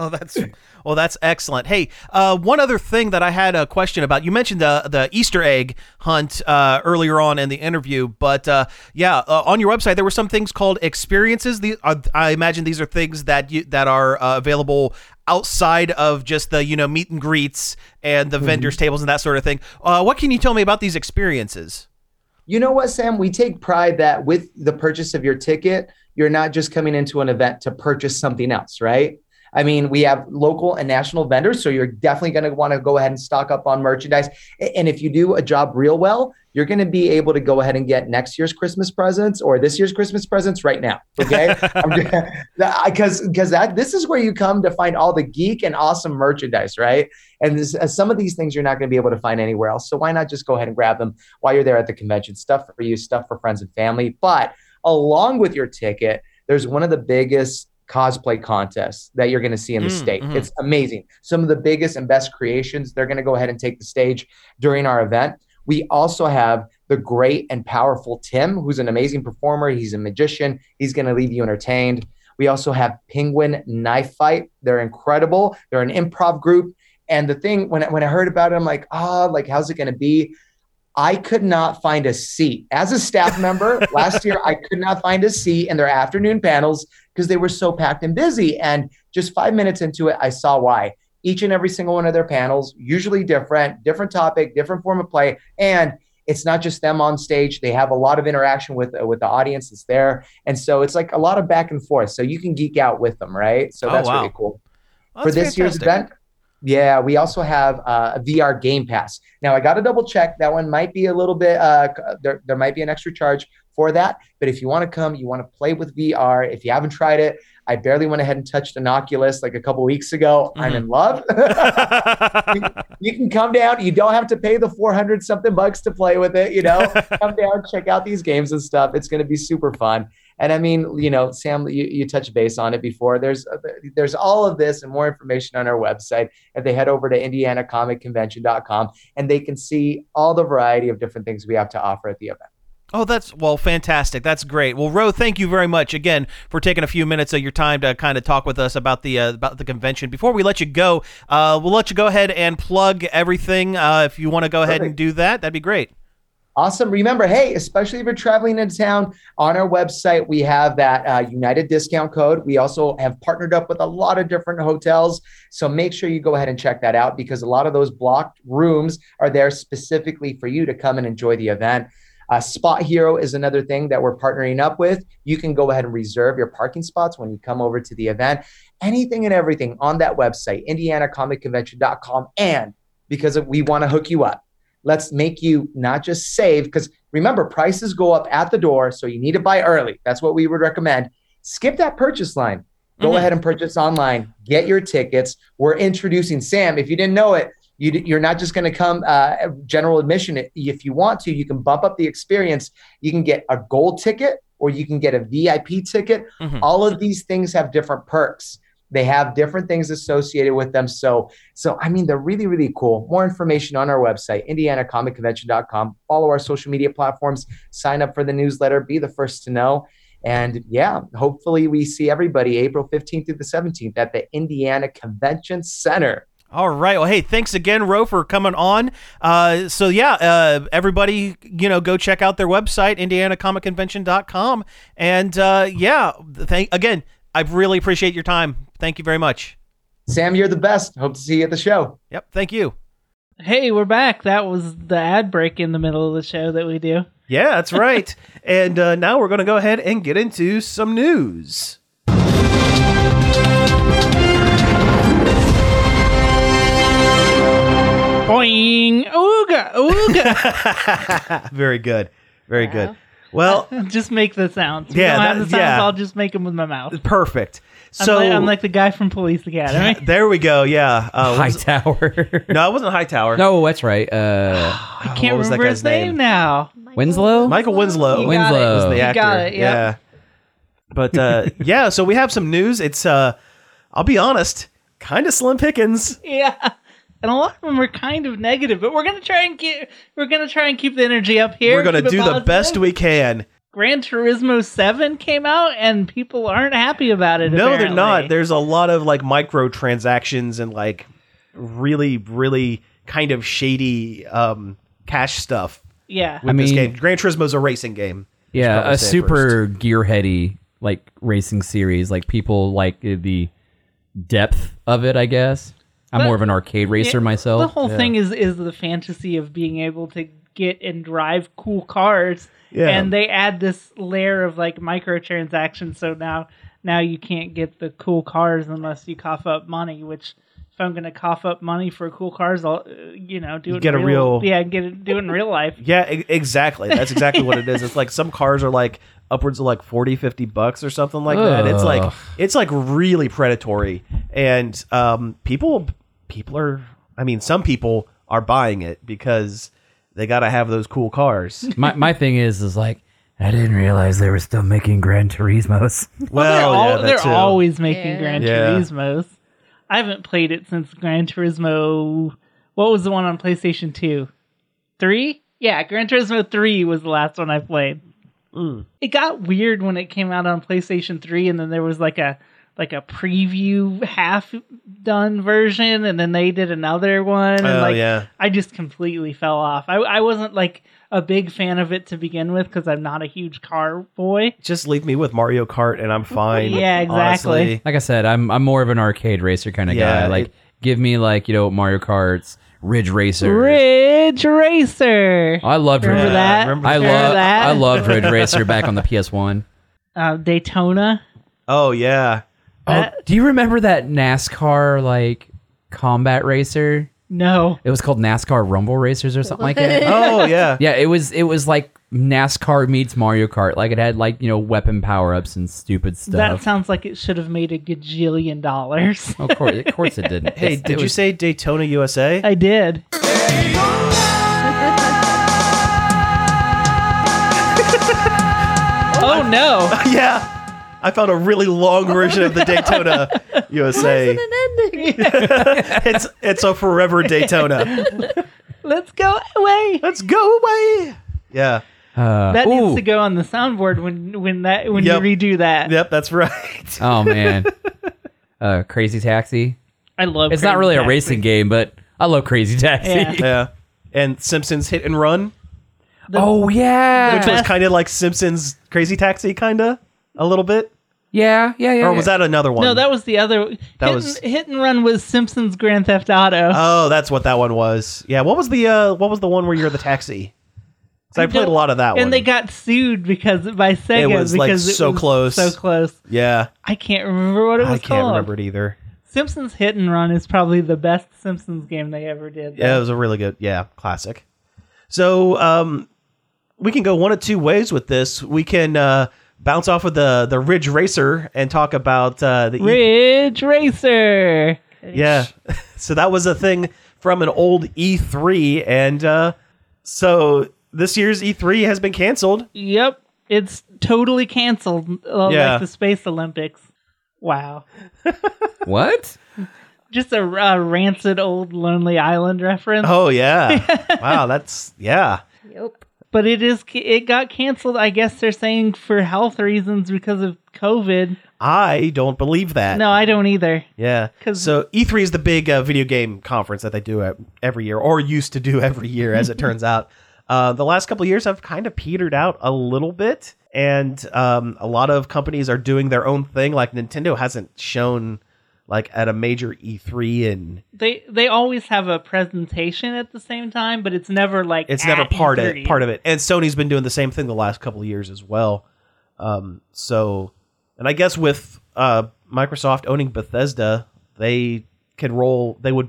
Speaker 1: Oh, that's well, that's excellent. Hey, uh, one other thing that I had a question about. You mentioned the the Easter egg hunt uh, earlier on in the interview, but uh, yeah, uh, on your website there were some things called experiences. The uh, I imagine these are things that you that are uh, available outside of just the you know meet and greets and the
Speaker 6: Mm-hmm.
Speaker 1: vendors tables and that sort of thing. Uh, what can you tell me about these experiences?
Speaker 6: you know what, Sam? We take pride that with the purchase of your ticket, you're not just coming into an event to purchase something else, right? I mean, we have local and national vendors, so you're definitely going to want to go ahead and stock up on merchandise. A- And if you do a job real well, you're going to be able to go ahead and get next year's Christmas presents or this year's Christmas presents right now. Okay, because because that this is where you come to find all the geek and awesome merchandise, right? And this, uh, some of these things you're not going to be able to find anywhere else. So why not just go ahead and grab them? while you're there at the convention. Stuff for you, stuff for friends and family. But along with your ticket, there's one of the biggest cosplay contests that you're going to see in the
Speaker 1: Mm,
Speaker 6: state.
Speaker 1: mhm.
Speaker 6: It's amazing. Some of the biggest and best creations, they're going to go ahead and take the stage during our event. We also have the great and powerful Tim, who's an amazing performer. He's a magician. He's going to leave you entertained. We also have Penguin Knife Fight. They're incredible. They're an improv group. And the thing, when I, when I heard about it, I'm like, ah, like, how's it going to be? I could not find a seat as a staff member last year. I could not find a seat in their afternoon panels because they were so packed and busy. And just five minutes into it, I saw why. Each and every single one of their panels, usually different, different topic, different form of play, and it's not just them on stage. They have a lot of interaction with uh, with the audience that's there, and so it's like a lot of back and forth. So you can geek out with them, right? So
Speaker 1: Oh,
Speaker 6: that's
Speaker 1: wow.
Speaker 6: really cool
Speaker 1: Oh,
Speaker 6: for
Speaker 1: that's
Speaker 6: this year's
Speaker 1: fantastic.
Speaker 6: event. Yeah, we also have uh, a VR Game Pass. Now I got to double check that one might be a little bit. Uh, c- there, there might be an extra charge for that, but if you want to come, you want to play with VR. If you haven't tried it, I barely went ahead and touched an Oculus like a couple weeks ago. I'm
Speaker 1: Mm-hmm.
Speaker 6: in love. you can come down. You don't have to pay the 400 something bucks to play with it. You know, come down, check out these games and stuff. It's going to be super fun. And I mean, you know, Sam, you, you touched base on it before. There's uh, there's all of this and more information on our website. If they head over to indianacomicconvention.com, and they can see all the variety of different things we have to offer at the event.
Speaker 1: Oh, that's well, fantastic. That's great. Well, Ro, thank you very much again for taking a few minutes of your time to kind of talk with us about the uh, about the convention. Before we let you go, uh, we'll let you go ahead and plug everything. Uh, if you want to go ahead and
Speaker 6: Perfect.
Speaker 1: do that, that'd be great.
Speaker 6: Awesome. Remember, hey, especially if you're traveling into town, on our website, we have that uh, United discount code. We also have partnered up with a lot of different hotels. So make sure you go ahead and check that out because a lot of those blocked rooms are there specifically for you to come and enjoy the event. Uh, Spot Hero is another thing that we're partnering up with. You can go ahead and reserve your parking spots when you come over to the event. Anything and everything on that website, indianacomicconvention.com. And because we want to hook you up let's make you not just save because remember prices go up at the door so you need to buy early that's what we would recommend skip that purchase line go
Speaker 1: Mhm.
Speaker 6: ahead and purchase online get your tickets we're introducing sam if you didn't know it you, d- you're not just going to come uh, general admission if you want to you can bump up the experience you can get a gold ticket or you can get a vip ticket
Speaker 1: Mhm.
Speaker 6: all of these things have different perks they have different things associated with them so so, I mean, they're really, really cool. More information on our website, indianacomicconvention.com. Follow our social media platforms, sign up for the newsletter, be the first to know. And yeah, hopefully we see everybody April 15th through the 17th at the Indiana Convention Center.
Speaker 1: All right. Well, hey, thanks again, Ro, for coming on. Uh, so yeah, uh, everybody, you know, go check out their website, indianacomicconvention.com. And uh, yeah, thank again. I really appreciate your time. Thank you very much.
Speaker 6: Sam, you're the best. Hope to see you at the show.
Speaker 1: Yep. Thank you.
Speaker 2: Hey, we're back. That was the ad break in the middle of the show that we do.
Speaker 5: Yeah, that's right. and uh, now we're going to go ahead and get into some news.
Speaker 2: Boing! Ooga! Ooga!
Speaker 5: Very good. Very
Speaker 4: Wow.
Speaker 5: good. Well,
Speaker 2: just make the sounds.
Speaker 5: Yeah,
Speaker 2: Yeah, don't have
Speaker 5: that-
Speaker 2: the sounds.
Speaker 5: yeah.
Speaker 2: I'll just make them with my mouth.
Speaker 5: perfect.
Speaker 2: So,
Speaker 5: So
Speaker 2: I'm, like, I'm like the guy from Police Academy.
Speaker 5: there we go. Yeah. Uh, what
Speaker 3: High
Speaker 5: was-
Speaker 3: Tower.
Speaker 5: no, it wasn't Hightower.
Speaker 3: no, that's right. Uh,
Speaker 1: Oh,
Speaker 2: I can't
Speaker 5: Oh, what was that
Speaker 2: remember his
Speaker 5: guy's
Speaker 2: name,
Speaker 5: name?
Speaker 2: now.
Speaker 3: Winslow.
Speaker 5: Michael Winslow.
Speaker 2: You got
Speaker 3: Winslow.
Speaker 2: it.
Speaker 5: was the
Speaker 2: You
Speaker 5: actor.
Speaker 2: got it, yeah.
Speaker 5: But uh, yeah, so we have some news. It's uh, I'll be honest, kind of slim pickings.
Speaker 2: Yeah. And a lot of them are kind of negative, but we're gonna try and keep we're gonna try and keep the energy up here.
Speaker 5: We're gonna
Speaker 2: keep it
Speaker 5: do the
Speaker 2: positive.
Speaker 5: best we can.
Speaker 2: Gran Turismo Seven came out, and people aren't happy about it.
Speaker 5: No, they're not.
Speaker 2: apparently.
Speaker 5: There's a lot of like microtransactions and like really, really kind of shady um, cash stuff
Speaker 2: yeah.
Speaker 5: with this
Speaker 3: mean-
Speaker 5: game. Gran Turismo's a racing game. Should
Speaker 3: yeah,
Speaker 5: probably
Speaker 3: a
Speaker 5: say
Speaker 3: super gearheady like racing series. Like people like uh, the depth of it. I guess I'm
Speaker 2: But-
Speaker 3: more of an arcade racer
Speaker 2: Yeah,
Speaker 3: myself.
Speaker 2: The whole thing is is the fantasy of being able to get and drive cool cars.
Speaker 5: Yeah.
Speaker 2: And they add this layer of like microtransactions, so now now you can't get the cool cars unless you cough up money. Which if I'm going to cough up money for cool cars, I'll uh, you know do it.
Speaker 5: Get
Speaker 2: in
Speaker 5: a real-
Speaker 2: yeah, get it, do it in real life.
Speaker 5: Yeah, e- exactly. That's exactly what it is. It's like some cars are like upwards of like 40, 50 bucks or something like that. It's like
Speaker 3: Ugh.
Speaker 5: it's like really predatory. And um people people are I mean some people are buying it because they got to have those cool cars.
Speaker 3: my my thing is is like I didn't realize they were still making Gran Turismo's.
Speaker 2: they're,
Speaker 5: well, Oh, yeah,
Speaker 2: al-
Speaker 5: that
Speaker 2: they're
Speaker 5: too.
Speaker 2: always making
Speaker 4: Yeah.
Speaker 2: Gran
Speaker 5: Yeah.
Speaker 2: Turismo's. I haven't played it since Gran Turismo. What was the one on PlayStation Two? Three? Yeah, Gran Turismo Three was the last one I played.
Speaker 5: Mm.
Speaker 2: It got weird when it came out on PlayStation Three, and then there was like a like a preview half done version, and then they did another one. And
Speaker 5: Oh,
Speaker 2: like,
Speaker 5: yeah.
Speaker 2: I just completely fell off. I, I wasn't like a big fan of it to begin with because I'm not a huge car boy.
Speaker 5: Just leave me with Mario Kart and I'm fine.
Speaker 2: Yeah, exactly.
Speaker 5: honestly.
Speaker 3: Like I said, I'm I'm more of an arcade racer kind of
Speaker 5: Yeah,
Speaker 3: guy. Like
Speaker 5: it-
Speaker 3: give me like you know Mario Kart's Ridge Racer.
Speaker 2: Ridge Racer.
Speaker 3: Oh, I loved Ridge.
Speaker 2: Remember
Speaker 3: Racer.
Speaker 2: that?
Speaker 5: remember
Speaker 3: I
Speaker 2: Remember
Speaker 3: love
Speaker 2: that?
Speaker 3: I loved Ridge Racer back on the PS1.
Speaker 2: Uh, Daytona.
Speaker 5: Oh yeah.
Speaker 3: Oh,
Speaker 2: That-
Speaker 3: do you remember that NASCAR like combat racer?
Speaker 2: No.
Speaker 3: It was called NASCAR Rumble Racers or something like that.
Speaker 5: Oh yeah.
Speaker 3: Yeah, it was it was like NASCAR meets Mario Kart. Like it had like, you know, weapon power-ups and stupid
Speaker 2: That
Speaker 3: stuff.
Speaker 2: sounds like it should have made a gajillion dollars.
Speaker 3: of course, of course it didn't.
Speaker 5: Hey,
Speaker 3: It's-
Speaker 5: did
Speaker 3: it
Speaker 5: you
Speaker 3: was-
Speaker 5: say Daytona USA?
Speaker 2: I did. oh no.
Speaker 5: yeah. I found a really long version of the Daytona USA.
Speaker 4: Isn't it ending?
Speaker 5: It's it's a forever Daytona.
Speaker 2: Let's go away.
Speaker 5: Let's go away. Yeah.
Speaker 3: uh,
Speaker 2: That
Speaker 3: ooh.
Speaker 2: needs to go on the soundboard when when that when
Speaker 5: Yep.
Speaker 2: you redo that.
Speaker 5: Yep, that's right.
Speaker 3: Oh man. Uh, Crazy Taxi.
Speaker 2: I love.
Speaker 3: It's not
Speaker 2: Crazy
Speaker 3: really a
Speaker 2: Taxi.
Speaker 3: racing game, but I love Crazy Taxi.
Speaker 2: Yeah.
Speaker 5: Yeah. And Simpsons Hit and Run,
Speaker 3: oh yeah.
Speaker 5: which was kind of like Simpsons Crazy Taxi kind of a little bit.
Speaker 3: yeah, yeah, yeah.
Speaker 5: Or was
Speaker 3: yeah.
Speaker 5: that another one?
Speaker 2: No, that was the other.
Speaker 5: That
Speaker 2: hit,
Speaker 5: was-
Speaker 2: and, hit and run was Simpsons Grand Theft Auto.
Speaker 5: Oh, that's what that one was. Yeah, what was the uh what was the one where you're the taxi? 'Cause I, played a lot of that
Speaker 2: and
Speaker 5: one.
Speaker 2: they got sued because by Sega.
Speaker 5: was, like,
Speaker 2: because it
Speaker 5: so
Speaker 2: was
Speaker 5: close.
Speaker 2: so close.
Speaker 5: yeah,
Speaker 2: I can't remember what it was
Speaker 5: I can't
Speaker 2: called.
Speaker 5: remember it either.
Speaker 2: Simpsons Hit and Run is probably the best Simpsons game they ever did.
Speaker 5: Yeah, it was a really good, yeah, classic. So um, we can go one of two ways with this. We can uh, bounce off of the the Ridge Racer and talk about uh, the E-
Speaker 2: Ridge Racer.
Speaker 5: yeah. so that was a thing from an old E3, and uh, so this year's E3 has been canceled.
Speaker 2: Yep, it's totally canceled. uh,
Speaker 5: Yeah.
Speaker 2: Like the Space Olympics. Wow.
Speaker 3: what?
Speaker 2: Just a uh, rancid old Lonely Island reference.
Speaker 5: Oh yeah, wow, that's yeah.
Speaker 4: Yep.
Speaker 2: but it is it got canceled. I guess they're saying for health reasons because of COVID.
Speaker 5: I don't believe that.
Speaker 2: No, I don't either.
Speaker 5: Yeah.
Speaker 2: 'Cause-
Speaker 5: So E3 is the big uh, video game conference that they do uh, every year, or used to do every year, as it turns out. Uh, the last couple of years have kind of petered out a little bit, and um, a lot of companies are doing their own thing. Like Nintendo hasn't shown like at a major E3 in
Speaker 2: They they always have a presentation at the same time, but it's never like
Speaker 5: it's
Speaker 2: at E
Speaker 5: never part
Speaker 2: E3.
Speaker 5: of part of it. And Sony's been doing the same thing the last couple of years as well. Um, so, and I guess with uh, Microsoft owning Bethesda, they could roll. They would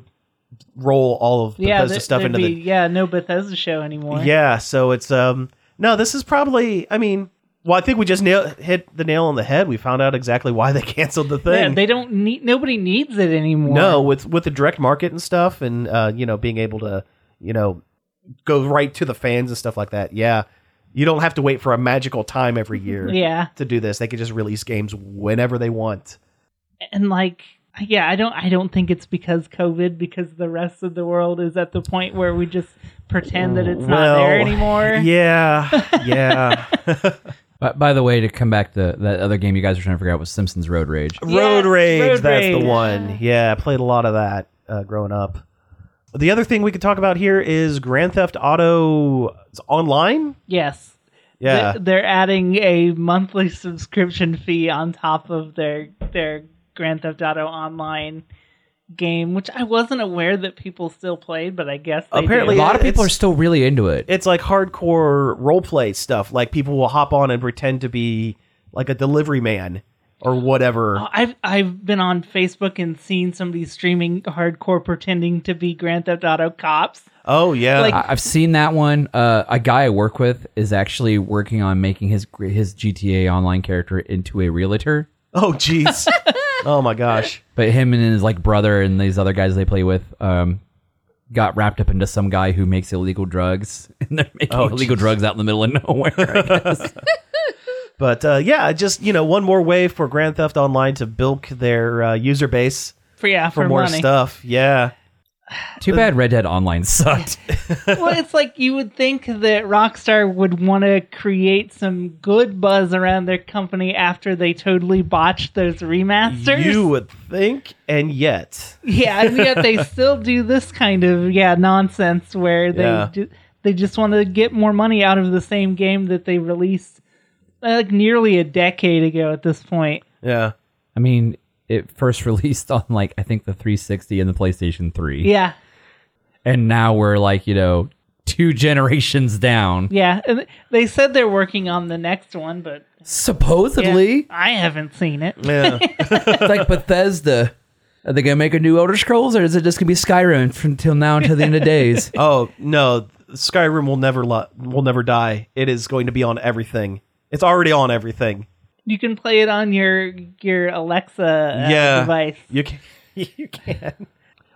Speaker 5: roll all of
Speaker 2: Yeah,
Speaker 5: Bethesda
Speaker 2: th-
Speaker 5: stuff
Speaker 2: there'd
Speaker 5: into
Speaker 2: be, yeah no Bethesda show anymore.
Speaker 5: the yeah. So it's um no, this is probably. I mean, well, I think we just nail, hit the nail on the head. We found out exactly why they canceled the
Speaker 2: Yeah,
Speaker 5: thing.
Speaker 2: they don't need nobody needs it anymore.
Speaker 5: No, with with the direct market and stuff, and uh, you know, being able to you know go right to the fans and stuff like that. Yeah, you don't have to wait for a magical time every year.
Speaker 2: yeah,
Speaker 5: to do this, they could just release games whenever they want.
Speaker 2: and like yeah, I don't I don't think it's because COVID because the rest of the world is at the point where we just pretend that it's not there
Speaker 5: Well,
Speaker 2: anymore.
Speaker 5: Yeah, yeah.
Speaker 3: By, by the way, to come back to that other game you guys were trying to figure out was Simpsons Road Rage.
Speaker 5: Road
Speaker 2: Yes,
Speaker 5: Rage,
Speaker 2: Road
Speaker 5: that's
Speaker 2: Rage.
Speaker 5: the one. Yeah, I played a lot of that uh, growing up. The other thing we could talk about here is Grand Theft Auto it's online.
Speaker 2: Yes.
Speaker 5: Yeah,
Speaker 2: Th- they're adding a monthly subscription fee on top of their their Grand Theft Auto Online game, which I wasn't aware that people still played, but I guess they
Speaker 5: Apparently-
Speaker 3: A
Speaker 2: do.
Speaker 3: lot of people
Speaker 5: It's-
Speaker 3: are still really into it.
Speaker 5: it's like hardcore role play stuff. Like people will hop on and pretend to be like a delivery man or whatever.
Speaker 2: I've I've been on Facebook and seen somebody streaming hardcore pretending to be Grand Theft Auto cops.
Speaker 5: oh yeah,
Speaker 2: like-
Speaker 3: I, I've seen that one. Uh, a guy I work with is actually working on making his his GTA Online character into a realtor.
Speaker 5: oh jeez, oh my gosh.
Speaker 3: But him and his like brother and these other guys they play with um, got wrapped up into some guy who makes illegal drugs, and they're making illegal drugs out in the middle of nowhere. I guess.
Speaker 5: But uh, yeah, just you know, one more way for Grand Theft Online to bilk their uh, user base
Speaker 2: For yeah,
Speaker 5: for,
Speaker 2: for,
Speaker 5: more
Speaker 2: money.
Speaker 5: stuff. Yeah,
Speaker 3: Too bad Red Dead Online sucked.
Speaker 2: well, it's like you would think that Rockstar would want to create some good buzz around their company after they totally botched those remasters.
Speaker 5: you would think, and yet,
Speaker 2: Yeah, and yet they still do this kind of yeah nonsense where they
Speaker 5: Yeah.
Speaker 2: do, They just want to get more money out of the same game that they released uh, like nearly a decade ago at this point.
Speaker 5: Yeah.
Speaker 3: I mean, it first released on like I think the 360 and the PlayStation 3.
Speaker 2: Yeah,
Speaker 3: And now we're like, you know, two generations down.
Speaker 2: yeah. And they said they're working on the next one, but yeah,
Speaker 7: Supposedly,
Speaker 2: I haven't seen it.
Speaker 5: Yeah.
Speaker 7: it's like Bethesda. Are they gonna make a new Elder Scrolls, or is it just gonna be Skyrim from till now until the end of days?
Speaker 5: oh no, Skyrim will never lo- will never die. It is going to be on everything. It's already on everything.
Speaker 2: You can play it on your your Alexa uh,
Speaker 5: Yeah.
Speaker 2: device.
Speaker 5: You can. you can.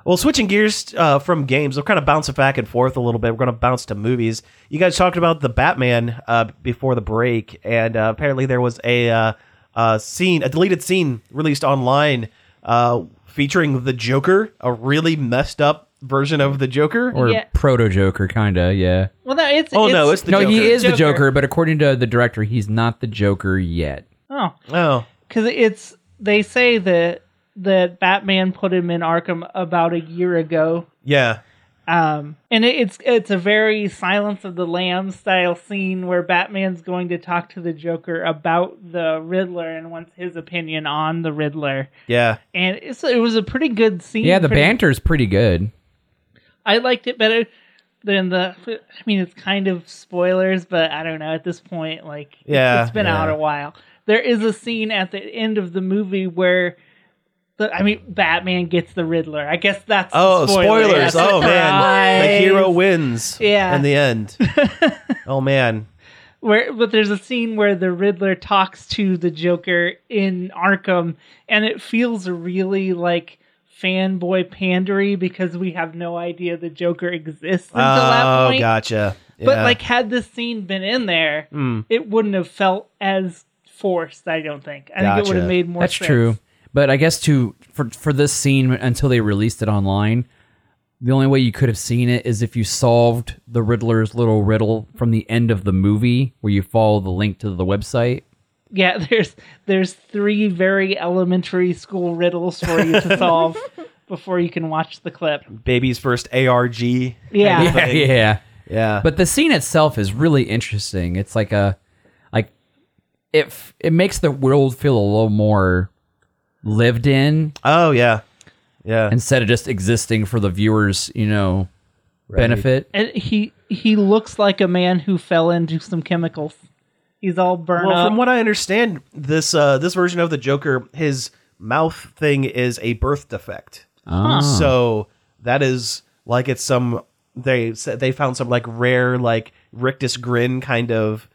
Speaker 5: Well, switching gears uh, from games, we're kind of bouncing back and forth a little bit. We're going to bounce to movies. You guys talked about the Batman uh, before the break, and uh, apparently there was a uh, uh, scene, a deleted scene released online uh, featuring the Joker, a really messed up version of the Joker.
Speaker 3: Or
Speaker 2: Yeah.
Speaker 3: proto Joker, kind of, yeah.
Speaker 2: Well, no, it's
Speaker 5: oh no, it's the
Speaker 3: no,
Speaker 5: Joker.
Speaker 3: he is the
Speaker 2: Joker.
Speaker 3: Joker, but according to the director, he's not the Joker yet.
Speaker 2: oh
Speaker 5: Oh,
Speaker 2: because it's they say that that Batman put him in Arkham about a year ago,
Speaker 5: yeah,
Speaker 2: um, and it, it's it's a very Silence of the Lambs style scene where Batman's going to talk to the Joker about the Riddler and wants his opinion on the Riddler,
Speaker 5: yeah.
Speaker 2: and it's, it was a pretty good scene.
Speaker 3: Yeah, the
Speaker 2: pretty-
Speaker 3: banter's pretty good.
Speaker 2: I liked it better than the. I mean, it's kind of spoilers, but I don't know at this point. Like, it's-
Speaker 5: Yeah,
Speaker 2: it's been
Speaker 5: yeah.
Speaker 2: out a while. There is a scene at the end of the movie where. The, I mean, Batman gets the Riddler. I guess that's the
Speaker 5: Oh,
Speaker 2: spoiler.
Speaker 5: spoilers!
Speaker 2: That's
Speaker 5: Oh man, the
Speaker 2: surprise.
Speaker 5: hero wins.
Speaker 2: Yeah.
Speaker 5: in the end. oh man,
Speaker 2: Where, but there's a scene where the Riddler talks to the Joker in Arkham, and it feels really like fanboy pandery because we have no idea the Joker exists until that
Speaker 5: oh
Speaker 2: point.
Speaker 5: gotcha.
Speaker 2: But
Speaker 5: Yeah. Hmm.
Speaker 2: like, had this scene been in there, it wouldn't have felt as forced. I don't think. I think it would
Speaker 5: Gotcha.
Speaker 2: have made more.
Speaker 3: That's
Speaker 2: sense.
Speaker 3: true. But I guess to for for this scene until they released it online, the only way you could have seen it is if you solved the Riddler's little riddle from the end of the movie, where you follow the link to the website.
Speaker 2: Yeah, there's there's three very elementary school riddles for you to solve before you can watch the clip.
Speaker 5: baby's first ARG.
Speaker 2: Yeah.
Speaker 3: Yeah, yeah.
Speaker 5: Yeah.
Speaker 3: But the scene itself is really interesting. It's like a like if it makes the world feel a little more lived in
Speaker 5: oh yeah. Yeah.
Speaker 3: instead of just existing for the viewers, you know, benefit.
Speaker 2: And he he looks like a man who fell into some chemicals. He's all burned
Speaker 5: well,
Speaker 2: up.
Speaker 5: from what I understand, this uh this version of the Joker, his mouth thing is a birth defect.
Speaker 3: Ah.
Speaker 5: So that is like it's some they said they found some like rare like rictus grin kind of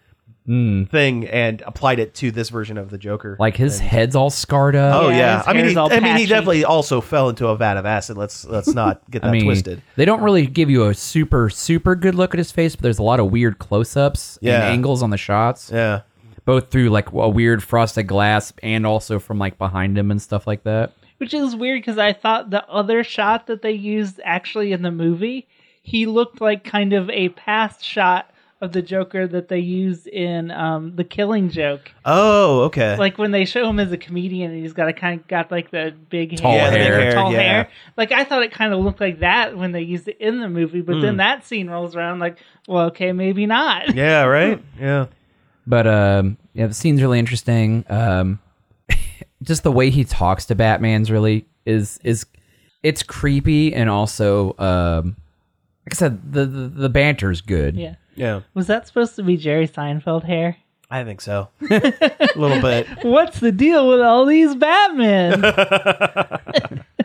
Speaker 5: thing and applied it to this version of the Joker.
Speaker 3: Like his head's all scarred up.
Speaker 5: oh
Speaker 2: Yeah,
Speaker 5: yeah,
Speaker 2: his
Speaker 5: I mean,
Speaker 2: hair's
Speaker 5: he,
Speaker 2: all
Speaker 5: I mean, he
Speaker 2: patchy.
Speaker 5: definitely also fell into a vat of acid. Let's let's not get that
Speaker 3: I mean,
Speaker 5: Oh, twisted.
Speaker 3: they don't really give you a super, super good look at his face, but there's a lot of weird close ups
Speaker 5: Yeah.
Speaker 3: and angles on the shots,
Speaker 5: Yeah.
Speaker 3: both through like a weird frosted glass and also from like behind him and stuff like that.
Speaker 2: which is weird because I thought the other shot that they used actually in the movie, he looked like kind of a past shot of the Joker that they used in um, the Killing Joke.
Speaker 5: Oh, okay.
Speaker 2: Like when they show him as a comedian and he's got a kind of got like the big
Speaker 3: Tall
Speaker 2: hair,
Speaker 3: Yeah, the big
Speaker 5: hair,
Speaker 2: tall
Speaker 5: yeah.
Speaker 2: hair. Like I thought it kind of looked like that when they used it in the movie, but
Speaker 5: Hmm.
Speaker 2: then that scene rolls around like, well, okay, maybe not.
Speaker 5: yeah. Right. Yeah.
Speaker 3: But um, yeah, the scene's really interesting. Um, just the way he talks to Batman's really is is it's creepy and also um, like I said, the the, the banter's good.
Speaker 2: Yeah.
Speaker 5: Yeah.
Speaker 2: Was that supposed to be Jerry Seinfeld hair?
Speaker 5: I think so. a little bit.
Speaker 2: What's the deal with all these Batmen?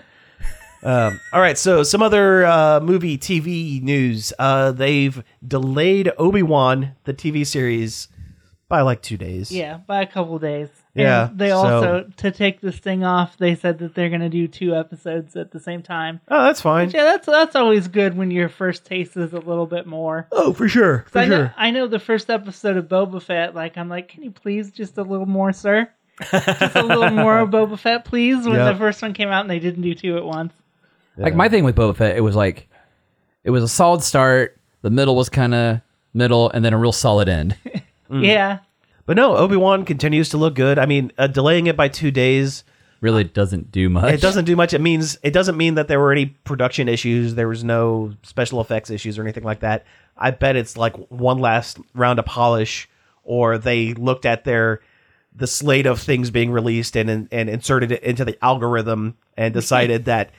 Speaker 5: All right. So, some other uh, movie TV news. Uh, they've delayed Obi Wan, the TV series, by like two days.
Speaker 2: Yeah, by a couple days.
Speaker 5: Yeah,
Speaker 2: And they
Speaker 5: so-
Speaker 2: also to take this thing off, they said that they're gonna do two episodes at the same time.
Speaker 5: Oh, that's fine.
Speaker 2: Yeah, that's that's always good when your first taste is a little bit more.
Speaker 5: Oh, for sure.
Speaker 2: 'Cause I know, I know the first episode of Boba Fett, like I'm like, can you please just a little more, sir? just a little more of Boba Fett, please. When
Speaker 5: Yep.
Speaker 2: the first one came out and they didn't do two at once.
Speaker 3: Like my thing with Boba Fett, it was like it was a solid start. The middle was kind of middle, and then a real solid end.
Speaker 2: Yeah.
Speaker 5: Mm. But no, Obi Wan continues to look good. I mean, uh, delaying it by two days
Speaker 3: really doesn't do much.
Speaker 5: It doesn't do much. It means it doesn't mean that there were any production issues. There was no special effects issues or anything like that. I bet it's like one last round of polish, or they looked at their the slate of things being released and and, and inserted it into the algorithm and decided that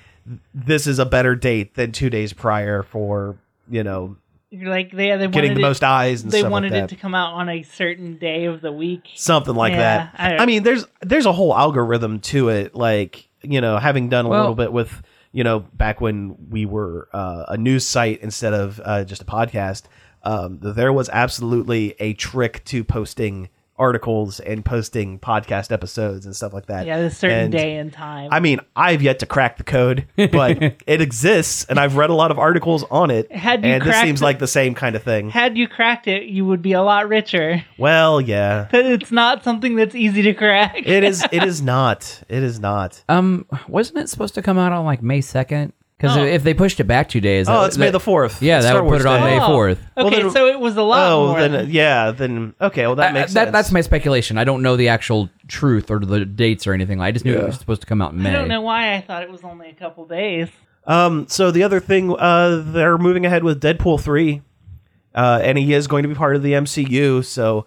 Speaker 5: this is a better date than two days prior for you know
Speaker 2: You're like they they
Speaker 5: getting
Speaker 2: wanted
Speaker 5: the
Speaker 2: it-
Speaker 5: most eyes and
Speaker 2: they
Speaker 5: stuff
Speaker 2: wanted
Speaker 5: like
Speaker 2: it
Speaker 5: that.
Speaker 2: to come out on a certain day of the week.
Speaker 5: something like
Speaker 2: Yeah,
Speaker 5: that.
Speaker 2: I-
Speaker 5: I, mean, there's there's a whole algorithm to it. Like you know, having done a
Speaker 3: Well-
Speaker 5: little bit with you know back when we were uh, a news site instead of uh, just a podcast, um, there was absolutely a trick to posting articles and posting podcast episodes and stuff like that.
Speaker 2: Yeah, a certain
Speaker 5: And-
Speaker 2: day and time.
Speaker 5: I mean, I've yet to crack the code, but it exists, and I've read a lot of articles on it.
Speaker 2: Had you
Speaker 5: and this
Speaker 2: cracked
Speaker 5: seems
Speaker 2: the-
Speaker 5: like the same kind of thing.
Speaker 2: Had you cracked it, you would be a lot richer.
Speaker 5: Well, yeah,
Speaker 2: It's not something that's easy to crack.
Speaker 5: it is. It is not. It is not.
Speaker 3: Um, wasn't it supposed to come out on like May second? Because
Speaker 2: Oh.
Speaker 3: if they pushed it back two days,
Speaker 5: Oh,
Speaker 3: that-
Speaker 5: it's May
Speaker 3: that-
Speaker 5: the fourth.
Speaker 3: Yeah, that
Speaker 5: Star
Speaker 3: would put
Speaker 5: Wars
Speaker 3: it on
Speaker 5: Day.
Speaker 3: May
Speaker 2: Oh,
Speaker 3: fourth.
Speaker 5: Well,
Speaker 2: Okay,
Speaker 5: then-
Speaker 2: so it was a lot
Speaker 5: Oh,
Speaker 2: more.
Speaker 5: then yeah, then okay. Well, that
Speaker 3: Uh,
Speaker 5: makes
Speaker 3: that,
Speaker 5: sense.
Speaker 3: That's my speculation. I don't know the actual truth or the dates or anything. I just knew it was supposed to come out in May.
Speaker 2: I don't know why I thought it was only a couple days.
Speaker 5: Um. So the other thing, uh, they're moving ahead with Deadpool three, uh, and he is going to be part of the MCU. So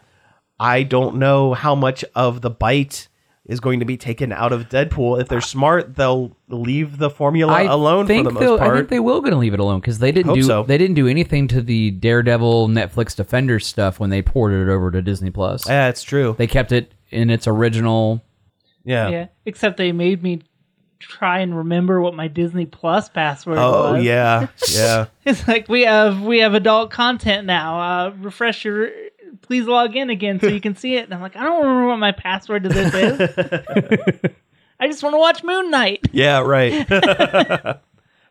Speaker 5: I don't know how much of the bite is going to be taken out of Deadpool. If they're smart, they'll leave the formula
Speaker 3: I
Speaker 5: alone for
Speaker 3: think
Speaker 5: the
Speaker 3: they'll-
Speaker 5: most
Speaker 3: I
Speaker 5: part.
Speaker 3: think they will going to leave it alone because they didn't
Speaker 5: Hope
Speaker 3: do
Speaker 5: so.
Speaker 3: they didn't do anything to the Daredevil Netflix Defender stuff when they ported it over to Disney Plus.
Speaker 5: yeah, it's true.
Speaker 3: They kept it in its original.
Speaker 5: yeah.
Speaker 2: Yeah, except they made me try and remember what my Disney Plus password
Speaker 5: Oh
Speaker 2: was.
Speaker 5: yeah, yeah.
Speaker 2: It's like we have we have adult content now. Uh, refresh your please log in again so you can see it. And I'm like, I don't remember what my password to this is. I just want to watch Moon Knight.
Speaker 5: Yeah, right.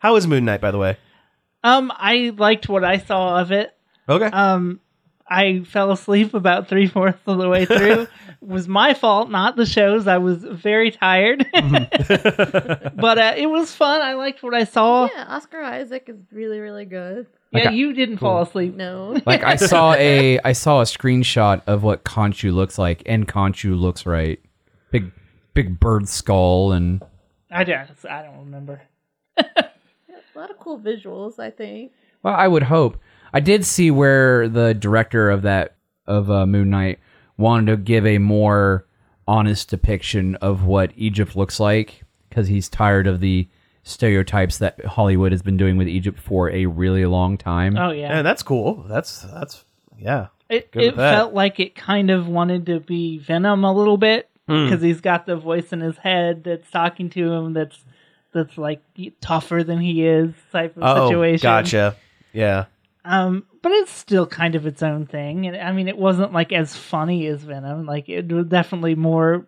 Speaker 5: How is Moon Knight, by the way?
Speaker 2: Um, I liked what I saw of it.
Speaker 5: Okay.
Speaker 2: Um, I fell asleep about three fourths of the way through. It was my fault, not the show's. I was very tired,
Speaker 5: Mm-hmm.
Speaker 2: but uh, it was fun. I liked what I saw.
Speaker 4: Yeah, Oscar Isaac is really, really good.
Speaker 2: Yeah,
Speaker 3: Like I-
Speaker 2: you didn't fall asleep.
Speaker 4: No.
Speaker 3: Like I saw a I saw a screenshot of what Conchu looks like, and Conchu looks right. Big big bird skull and
Speaker 2: I don't. I don't remember.
Speaker 4: A lot of cool visuals, I think.
Speaker 3: Well, I would hope. I did see where the director of that of uh, Moon Knight wanted to give a more honest depiction of what Egypt looks like because he's tired of the stereotypes that Hollywood has been doing with Egypt for a really long time.
Speaker 2: Oh yeah,
Speaker 5: Yeah, that's cool. That's that's yeah.
Speaker 2: it
Speaker 5: good with
Speaker 2: it
Speaker 5: that.
Speaker 2: felt like it kind of wanted to be Venom a little bit
Speaker 5: Hmm.
Speaker 2: because he's got the voice in his head that's talking to him. That's that's like tougher than he is type of situation.
Speaker 5: Oh, gotcha. Yeah.
Speaker 2: Um, but it's still kind of its own thing. And I mean, it wasn't like as funny as Venom. Like it was definitely more.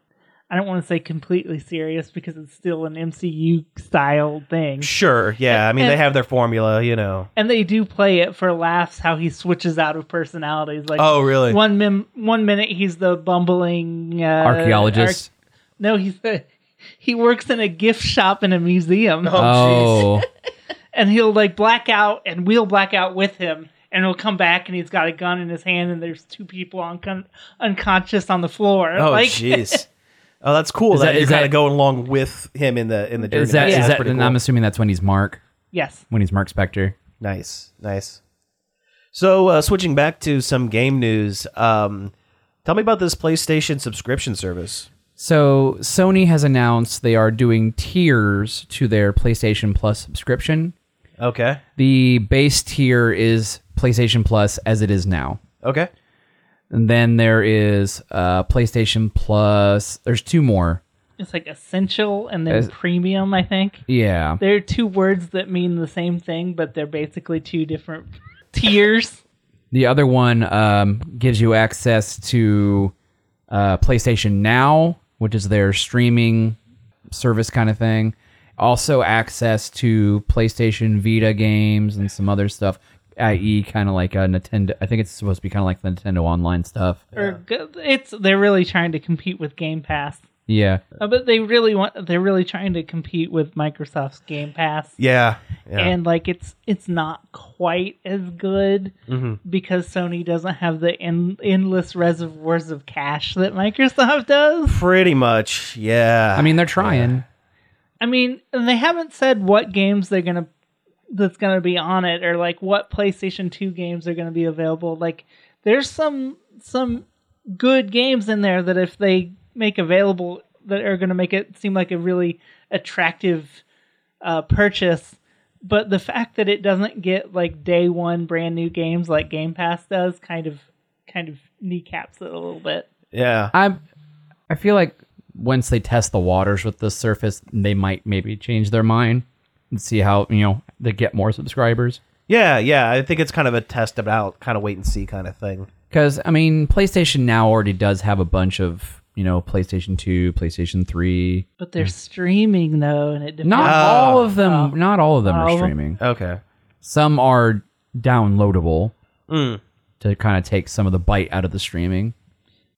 Speaker 2: I don't want to say completely serious because it's still an MCU style thing.
Speaker 5: Sure. Yeah. I mean, they
Speaker 2: and-
Speaker 5: have their formula, you know.
Speaker 2: And they do play it for laughs how he switches out of personalities. Like
Speaker 3: Oh,
Speaker 5: Oh, really?
Speaker 2: one mim- one minute he's the bumbling uh,
Speaker 3: Archaeologists.
Speaker 2: arch- no, he's the he works in a gift shop in a museum,
Speaker 3: oh,
Speaker 2: and he'll like black out, and we'll black out with him, and he'll come back, and he's got a gun in his hand, and there's two people uncon- unconscious on the floor.
Speaker 5: Oh,
Speaker 2: like,
Speaker 5: jeez. oh, that's cool.
Speaker 3: Is
Speaker 5: that,
Speaker 3: that-
Speaker 5: you're
Speaker 3: is
Speaker 5: kind
Speaker 3: that-
Speaker 5: of going along with him in the in the journey.
Speaker 3: is that is
Speaker 5: That's
Speaker 3: that?
Speaker 5: pretty
Speaker 3: And
Speaker 5: cool.
Speaker 3: I'm assuming that's when he's Mark,
Speaker 2: yes,
Speaker 3: when he's Mark Spector.
Speaker 5: Nice, nice. So, uh, switching back to some game news, um, tell me about this PlayStation subscription service.
Speaker 3: So Sony has announced they are doing tiers to their PlayStation Plus subscription.
Speaker 5: Okay.
Speaker 3: The base tier is PlayStation Plus as it is now.
Speaker 5: Okay.
Speaker 3: And then there is uh, PlayStation Plus. There's two more.
Speaker 2: it's like essential and then
Speaker 3: As-
Speaker 2: premium. I think
Speaker 3: Yeah.
Speaker 2: they're two words that mean the same thing, but they're basically two different tiers.
Speaker 3: The other one um, gives you access to uh, PlayStation Now, which is their streaming service kind of thing. Also, access to PlayStation Vita games and some other stuff, i.e., kind of like a Nintendo. I think it's supposed to be kind of like the Nintendo Online stuff.
Speaker 2: Or go- it's they're really trying to compete with Game Pass.
Speaker 3: Yeah.
Speaker 2: Uh, But they really want they're really trying to compete with Microsoft's Game Pass.
Speaker 5: Yeah. yeah.
Speaker 2: And like it's it's not quite as good because Sony doesn't have the en- endless reservoirs of cash that Microsoft does.
Speaker 5: Pretty much. Yeah.
Speaker 3: I mean, they're trying.
Speaker 2: I mean, they haven't said what games they're gonna that's gonna be on it, or like what PlayStation Two games are gonna be available. Like, there's some some good games in there that if they make available, that are gonna make it seem like a really attractive uh, purchase. But the fact that it doesn't get like day one brand new games like Game Pass does kind of kind of kneecaps it a little bit.
Speaker 5: yeah.
Speaker 3: I'm. I feel like once they test the waters with the surface, they might maybe change their mind and see how you know they get more subscribers.
Speaker 5: Yeah. Yeah. I think it's kind of a test about kind of wait and see kind of thing.
Speaker 3: Because I mean, PlayStation now already does have a bunch of you know PlayStation Two, PlayStation Three.
Speaker 2: But they're streaming though, and it depends.
Speaker 3: Not all of them.
Speaker 2: Oh.
Speaker 3: not all of them
Speaker 2: All
Speaker 3: are
Speaker 2: of them?
Speaker 3: streaming.
Speaker 5: Okay.
Speaker 3: Some are downloadable to kind of take some of the bite out of the streaming.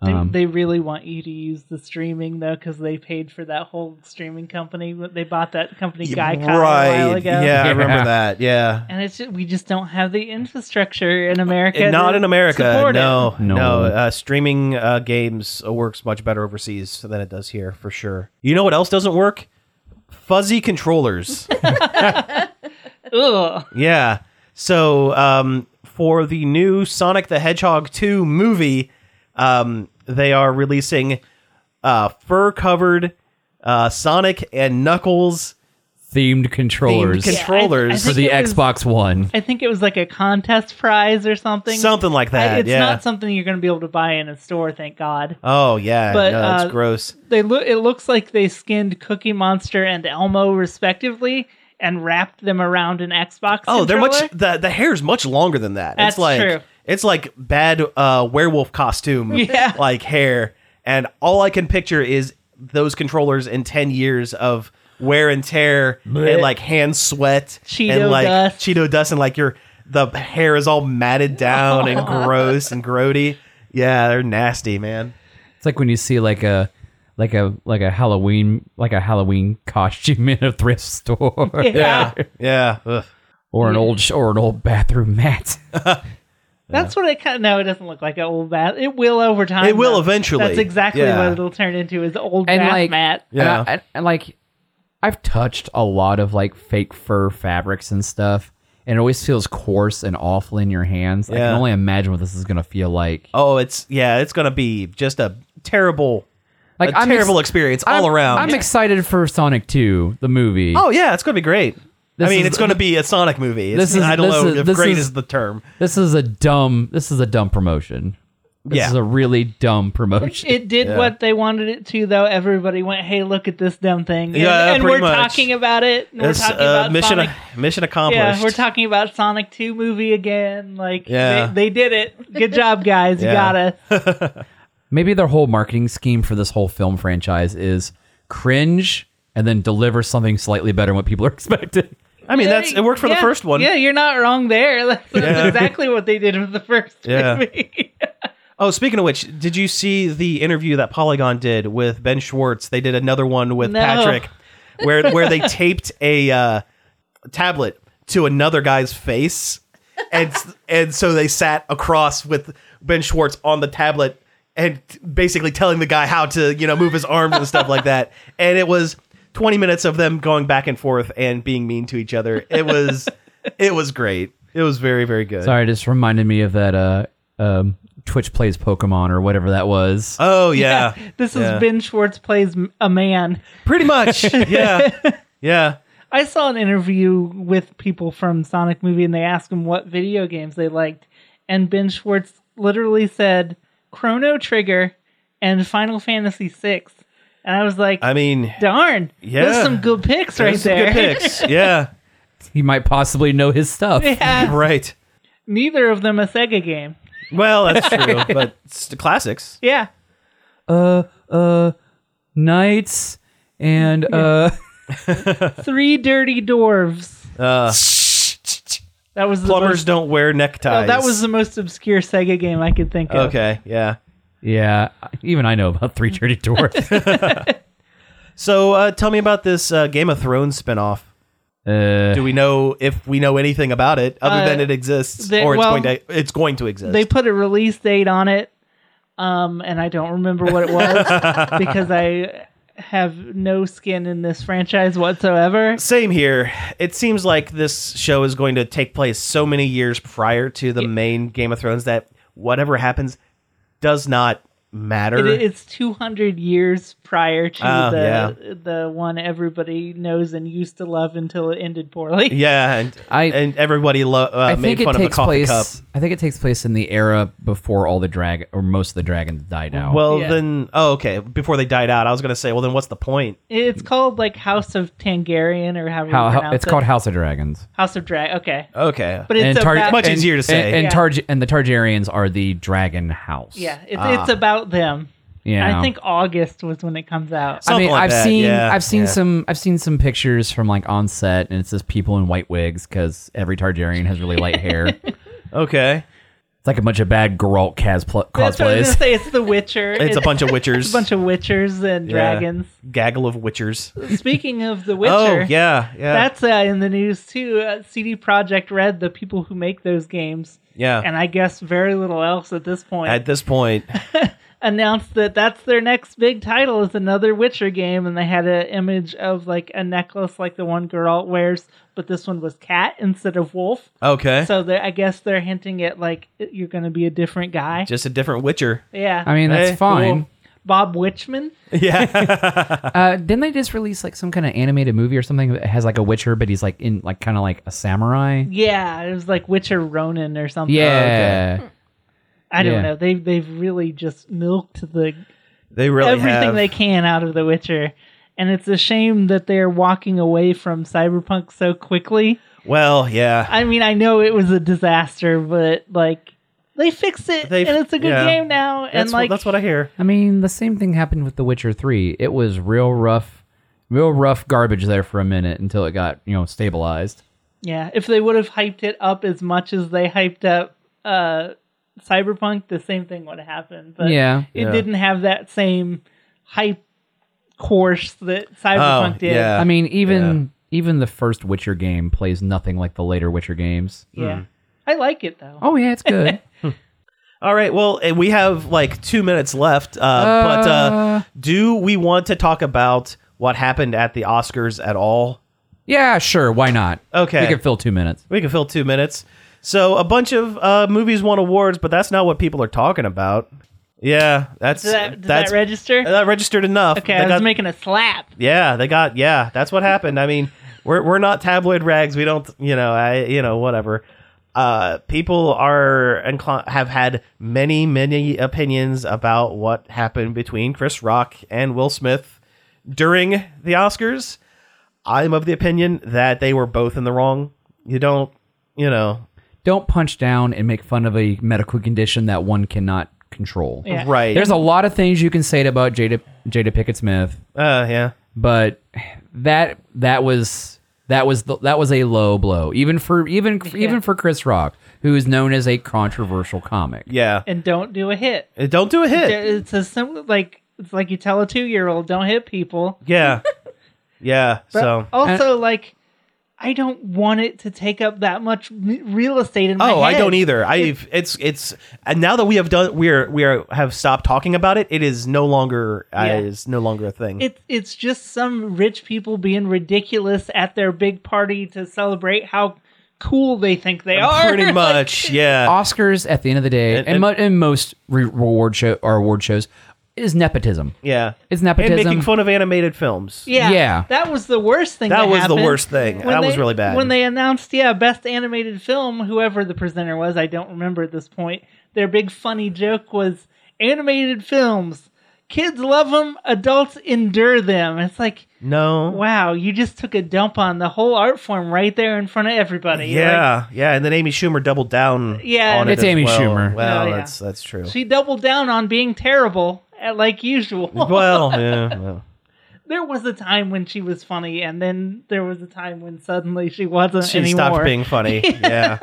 Speaker 2: They,
Speaker 5: Um,
Speaker 2: they really want you to use the streaming though, because they paid for that whole streaming company. They bought that company Geico a while
Speaker 5: Right.
Speaker 2: ago.
Speaker 5: Yeah, I remember
Speaker 3: Yeah.
Speaker 5: that. Yeah.
Speaker 2: and it's just, we just don't have the infrastructure in America.
Speaker 5: And not
Speaker 2: to
Speaker 5: in America.
Speaker 2: support it.
Speaker 5: No, no.
Speaker 3: No.
Speaker 5: Uh, streaming uh, games uh, works much better overseas than it does here, for sure. You know what else doesn't work? Fuzzy controllers.
Speaker 2: Ugh.
Speaker 5: yeah. So um, for the new Sonic the Hedgehog 2 movie, um, they are releasing uh, fur covered uh, Sonic and Knuckles
Speaker 3: Themed controllers
Speaker 5: themed controllers.
Speaker 2: I
Speaker 3: for
Speaker 2: think
Speaker 3: the
Speaker 2: it was-
Speaker 3: Xbox One.
Speaker 2: I think it was like a contest prize or something.
Speaker 5: Something like
Speaker 2: I-
Speaker 5: that.
Speaker 2: it's
Speaker 5: yeah.
Speaker 2: not something you're going to be able to buy in a store. Thank God.
Speaker 5: oh, yeah.
Speaker 2: But,
Speaker 5: no, it's
Speaker 2: uh,
Speaker 5: gross.
Speaker 2: They look. It looks like they skinned Cookie Monster and Elmo respectively and wrapped them around an Xbox.
Speaker 5: Oh, they're much
Speaker 2: controller.
Speaker 5: the the hair's much longer than that.
Speaker 2: That's
Speaker 5: it's like
Speaker 2: true.
Speaker 5: it's like bad uh, werewolf costume
Speaker 2: Yeah.
Speaker 5: like hair. And all I can picture is those controllers in ten years of wear and tear and like hand sweat
Speaker 2: Cheeto
Speaker 5: and like
Speaker 2: dust.
Speaker 5: Cheeto dust and like your the hair is all matted down and gross and grody. Yeah, they're nasty, man.
Speaker 3: It's like when you see like a like a like a Halloween like a Halloween costume in a thrift store
Speaker 2: yeah.
Speaker 5: Yeah. Ugh.
Speaker 3: or an old sh- or an old bathroom mat.
Speaker 2: That's what it kind of. No, it doesn't look like an old bath. It will over time.
Speaker 5: It will
Speaker 2: though.
Speaker 5: eventually.
Speaker 2: That's exactly
Speaker 5: Yeah.
Speaker 2: what it'll turn into is old
Speaker 3: And,
Speaker 2: bath
Speaker 3: like-
Speaker 2: mat.
Speaker 5: Yeah.
Speaker 3: And, I- and- and, like I've touched a lot of like fake fur fabrics and stuff, and it always feels coarse and awful in your hands. I
Speaker 5: Yeah.
Speaker 3: can only imagine what this is gonna feel like.
Speaker 5: Oh, it's yeah, it's gonna be just a terrible
Speaker 3: like
Speaker 5: a terrible experience all
Speaker 3: I'm-
Speaker 5: around.
Speaker 3: I'm excited for Sonic 2, the movie.
Speaker 5: Oh yeah, it's going to be great.
Speaker 3: This
Speaker 5: I mean,
Speaker 3: is-
Speaker 5: it's going to be a Sonic movie. It's,
Speaker 3: This is-
Speaker 5: I don't
Speaker 3: this
Speaker 5: know
Speaker 3: is-
Speaker 5: if
Speaker 3: this
Speaker 5: great
Speaker 3: is-
Speaker 5: is, the term.
Speaker 3: This is a dumb. This is a dumb promotion. This
Speaker 5: Yeah.
Speaker 3: is a really dumb promotion.
Speaker 2: It did what they wanted it to, though. Everybody went, "Hey, look at this dumb thing!" And,
Speaker 5: Yeah,
Speaker 2: and
Speaker 5: pretty
Speaker 2: we're
Speaker 5: much.
Speaker 2: talking about it. And we're
Speaker 5: It's
Speaker 2: talking
Speaker 5: uh,
Speaker 2: about
Speaker 5: mission
Speaker 2: Sonic.
Speaker 5: mission accomplished.
Speaker 2: yeah, we're talking about Sonic Two movie again. Like,
Speaker 5: Yeah.
Speaker 2: they, they did it. Good job, guys.
Speaker 5: Yeah.
Speaker 2: You got us.
Speaker 3: Maybe their whole marketing scheme for this whole film franchise is cringe and then deliver something slightly better than what people are expecting.
Speaker 5: I mean, that's it worked for the
Speaker 2: Yeah,
Speaker 5: first one.
Speaker 2: Yeah, you're not wrong there. That's, that's exactly what they did with the first
Speaker 5: Yeah.
Speaker 2: movie.
Speaker 5: Oh, speaking of which, did you see the interview that Polygon did with Ben Schwartz? They did another one with
Speaker 2: No.
Speaker 5: Patrick, where where they taped a uh, tablet to another guy's face, and and so they sat across with Ben Schwartz on the tablet and t- basically telling the guy how to you know move his arms and stuff like that, and it was twenty minutes of them going back and forth and being mean to each other. It was it was great. It was very very good.
Speaker 3: Sorry, it just reminded me of that. Uh, um, Twitch plays Pokemon or whatever that was.
Speaker 5: Oh yeah.
Speaker 2: This is
Speaker 5: Yeah.
Speaker 2: Ben Schwartz plays a man.
Speaker 5: Pretty much. Yeah. Yeah.
Speaker 2: I saw an interview with people from Sonic movie and they asked them what video games they liked and Ben Schwartz literally said Chrono Trigger and Final Fantasy 6. And I was like,
Speaker 5: I mean,
Speaker 2: "Darn.
Speaker 5: Yeah.
Speaker 2: There's some good picks right
Speaker 5: there's some
Speaker 2: there."
Speaker 5: good picks. Yeah.
Speaker 3: He might possibly know his stuff.
Speaker 2: yeah.
Speaker 5: right.
Speaker 2: Neither of them a Sega game.
Speaker 5: Well, that's true, but it's the classics.
Speaker 2: Yeah.
Speaker 3: Uh, uh, knights and uh,
Speaker 2: Three Dirty Dwarves.
Speaker 5: Uh,
Speaker 2: That was the
Speaker 5: plumbers
Speaker 2: most,
Speaker 5: don't wear neckties.
Speaker 2: no, Oh, that was the most obscure Sega game I could think of.
Speaker 5: Okay. Yeah.
Speaker 3: yeah. Even I know about three dirty dwarfs.
Speaker 5: So uh, tell me about this uh, Game of Thrones spinoff.
Speaker 3: Uh,
Speaker 5: Do we know if we know anything about it other
Speaker 2: Uh,
Speaker 5: than it exists
Speaker 2: they-
Speaker 5: or it's
Speaker 2: well,
Speaker 5: going to it's going to exist?
Speaker 2: They put a release date on it, um, and I don't remember what it was because I have no skin in this franchise whatsoever.
Speaker 5: Same here. It seems like this show is going to take place so many years prior to the main Game of Thrones that whatever happens does not matter.
Speaker 2: It, it's 200 years prior to
Speaker 5: Oh,
Speaker 2: the the one everybody knows and used to love until it ended poorly.
Speaker 5: yeah, and,
Speaker 3: I-
Speaker 5: and everybody lo- uh,
Speaker 3: I
Speaker 5: made
Speaker 3: think it
Speaker 5: fun of the
Speaker 3: takes
Speaker 5: coffee
Speaker 3: place.
Speaker 5: cup.
Speaker 3: I think it takes place in the era before all the drag or most of the dragons died out.
Speaker 5: Well,
Speaker 2: Yeah.
Speaker 5: then, oh, okay. Before they died out, I was going to say, well, then what's the point?
Speaker 2: It's called like House of Tangarian or however
Speaker 3: how,
Speaker 2: you
Speaker 3: how
Speaker 2: pronounce
Speaker 3: it's
Speaker 2: it.
Speaker 3: called House of Dragons.
Speaker 2: House of Drag. Okay,
Speaker 5: Okay.
Speaker 2: but it's
Speaker 3: Tar-
Speaker 2: about
Speaker 5: Much easier to
Speaker 3: and-
Speaker 5: say.
Speaker 3: And,
Speaker 2: Yeah.
Speaker 3: Targ- and the Targaryens are the dragon house.
Speaker 2: yeah, it's
Speaker 5: Ah.
Speaker 2: it's about them.
Speaker 3: You
Speaker 2: And I
Speaker 3: know?
Speaker 2: think August was when it comes out.
Speaker 5: Something
Speaker 3: I mean,
Speaker 5: like
Speaker 3: I've
Speaker 5: that,
Speaker 3: seen
Speaker 5: yeah,
Speaker 3: I've seen
Speaker 5: yeah.
Speaker 3: some I've seen some pictures from like on set, and it's just people in white wigs because every Targaryen has really light hair. It's
Speaker 5: Okay.
Speaker 3: like a bunch of bad Geralt cas- pl-
Speaker 2: That's what I was gonna
Speaker 3: cosplays.
Speaker 2: say. It's The Witcher.
Speaker 5: It's a bunch of witchers.
Speaker 2: a bunch of witchers and
Speaker 5: Yeah.
Speaker 2: dragons.
Speaker 5: Gaggle of witchers.
Speaker 2: Speaking of The Witcher,
Speaker 5: Oh, yeah. Yeah.
Speaker 2: that's uh, in the news too. Uh, CD Project Red, the people who make those games,
Speaker 5: yeah.
Speaker 2: and I guess very little else at this point,
Speaker 5: At this point,
Speaker 2: announced that that's their next big title is another Witcher game, and they had an image of like a necklace like the one Geralt wears, but this one was cat instead of wolf.
Speaker 5: okay.
Speaker 2: So they- I guess they're hinting at like you're going to be a different guy.
Speaker 5: Just a different witcher.
Speaker 2: yeah,
Speaker 3: I mean, that's
Speaker 5: Hey,
Speaker 3: fine.
Speaker 2: Bob Witchman.
Speaker 5: Yeah.
Speaker 3: Uh, didn't they just release like some kind of animated movie or something that has like a Witcher, but he's like in like kind of like a samurai?
Speaker 2: Oh, Yeah, it was like Witcher Ronin or something.
Speaker 3: Yeah,
Speaker 2: I don't
Speaker 3: Yeah.
Speaker 2: know. They've they've really just milked the
Speaker 5: they really
Speaker 2: everything
Speaker 5: have.
Speaker 2: they can out of The Witcher, and it's a shame that they're walking away from Cyberpunk so quickly.
Speaker 5: well, yeah.
Speaker 2: I mean, I know it was a disaster, but like they fixed it,
Speaker 5: They-
Speaker 2: and it's a good
Speaker 5: yeah.
Speaker 2: game now. and
Speaker 5: That's,
Speaker 2: like
Speaker 5: what, that's what I hear.
Speaker 3: I mean, the same thing happened with The Witcher Three. It was real rough, real rough garbage there for a minute until it got you know stabilized.
Speaker 2: yeah, if they would have hyped it up as much as they hyped up uh, Cyberpunk, the same thing would have happened. But
Speaker 3: Yeah.
Speaker 2: it didn't have that same hype course that Cyberpunk did.
Speaker 5: Oh, yeah.
Speaker 3: I mean, even even the first Witcher game plays nothing like the later Witcher games.
Speaker 2: Yeah.
Speaker 5: Hmm.
Speaker 2: I like it though.
Speaker 3: Oh yeah, it's good.
Speaker 5: All right. Well, eh, we have like two minutes left, uh, but uh, do we want to talk about what happened at the Oscars at all?
Speaker 3: yeah, sure. Why not?
Speaker 5: Okay.
Speaker 3: we could fill two minutes.
Speaker 5: We can fill two minutes. So a bunch of uh, movies won awards, but that's not what people are talking about. Yeah, that's
Speaker 2: Does that, does
Speaker 5: that's
Speaker 2: that register?
Speaker 5: that registered enough.
Speaker 2: okay,
Speaker 5: They
Speaker 2: I was
Speaker 5: got-
Speaker 2: making a slap.
Speaker 5: yeah, they got yeah. That's what happened. I mean, we're we're not tabloid rags. We don't you know I you know whatever. Uh, people are inclin- have had many many opinions about what happened between Chris Rock and Will Smith during the Oscars. I'm of the opinion that they were both in the wrong. You don't you know
Speaker 3: Don't punch down and make fun of a medical condition that one cannot control.
Speaker 2: Yeah.
Speaker 5: right.
Speaker 3: There's a lot of things you can say about Jada Jada Pickett Smith,
Speaker 5: Uh, yeah.
Speaker 3: but that that was that was the, that was a low blow, even for even even for Chris Rock, who is known as a controversial comic.
Speaker 5: Yeah.
Speaker 2: And don't do a hit.
Speaker 5: Uh, Don't do a hit.
Speaker 2: It's a simple like it's like you tell a two year old don't hit people.
Speaker 5: Yeah. Yeah. So.
Speaker 2: Also, like I don't want it to take up that much m- real estate in my
Speaker 5: Oh, I
Speaker 2: head.
Speaker 5: don't either. I've it's it's and now that we have done we're we are have stopped talking about it. It is no longer uh,
Speaker 2: Yeah.
Speaker 5: is no longer a thing.
Speaker 2: It's it's just some rich people being ridiculous at their big party to celebrate how cool they think they are.
Speaker 5: Pretty
Speaker 2: Like,
Speaker 5: much. yeah.
Speaker 3: Oscars at the end of the day, and,
Speaker 5: and-
Speaker 3: mo- and most re- reward show or award shows, is nepotism.
Speaker 5: Yeah.
Speaker 3: It's
Speaker 5: and
Speaker 3: nepotism.
Speaker 5: making fun of animated films.
Speaker 2: Yeah,
Speaker 3: Yeah.
Speaker 2: That was the worst thing.
Speaker 5: That was the
Speaker 2: happened.
Speaker 5: worst thing. That was
Speaker 2: they-
Speaker 5: really bad.
Speaker 2: When they announced, yeah, best animated film, whoever the presenter was, I don't remember at this point. Their big funny joke was animated films. Kids love them. Adults endure them. It's like,
Speaker 5: No.
Speaker 2: wow, you just took a dump on the whole art form right there in front of everybody. Like,
Speaker 5: Yeah. yeah. And then Amy Schumer doubled down.
Speaker 2: Yeah.
Speaker 5: On it
Speaker 3: It's
Speaker 5: as
Speaker 3: Amy
Speaker 5: well.
Speaker 3: Schumer.
Speaker 5: Well,
Speaker 2: Oh, yeah.
Speaker 5: that's that's true.
Speaker 2: she doubled down on being terrible, uh, like usual.
Speaker 5: well, yeah. Well.
Speaker 2: there was a time when she was funny, and then there was a time when suddenly she wasn't
Speaker 5: she
Speaker 2: anymore.
Speaker 5: stopped being funny. yeah.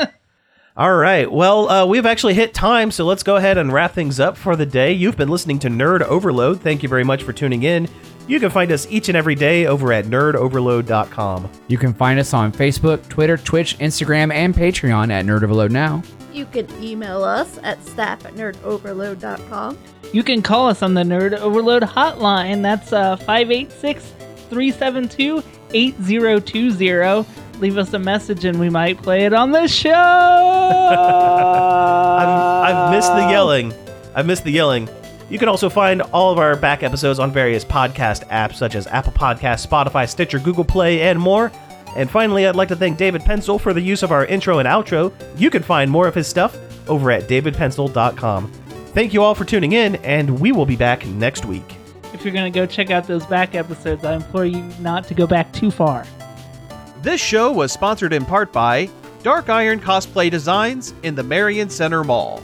Speaker 5: All right. Well, uh, we've actually hit time, so let's go ahead and wrap things up for the day. You've been listening to Nerd Overload. Thank you very much for tuning in. You can find us each and every day over at nerdoverload.com.
Speaker 3: You can find us on Facebook, Twitter, Twitch, Instagram, and Patreon at Nerd Overload Now.
Speaker 4: You can email us at staff at nerdoverload.com.
Speaker 2: You can call us on the Nerd Overload hotline. That's uh, 586 372 8020. Leave us a message and we might play it on the show.
Speaker 5: I've,
Speaker 2: I've
Speaker 5: I've missed the yelling. I've missed the yelling. You can also find all of our back episodes on various podcast apps such as Apple Podcasts, Spotify, Stitcher, Google Play, and more. And finally, I'd like to thank David Pencil for the use of our intro and outro. You can find more of his stuff over at davidpencil.com. Thank you all for tuning in, and we will be back next week.
Speaker 2: If you're going to go check out those back episodes, I implore you not to go back too far.
Speaker 1: This show was sponsored in part by Dark Iron Cosplay Designs in the Marion Center Mall.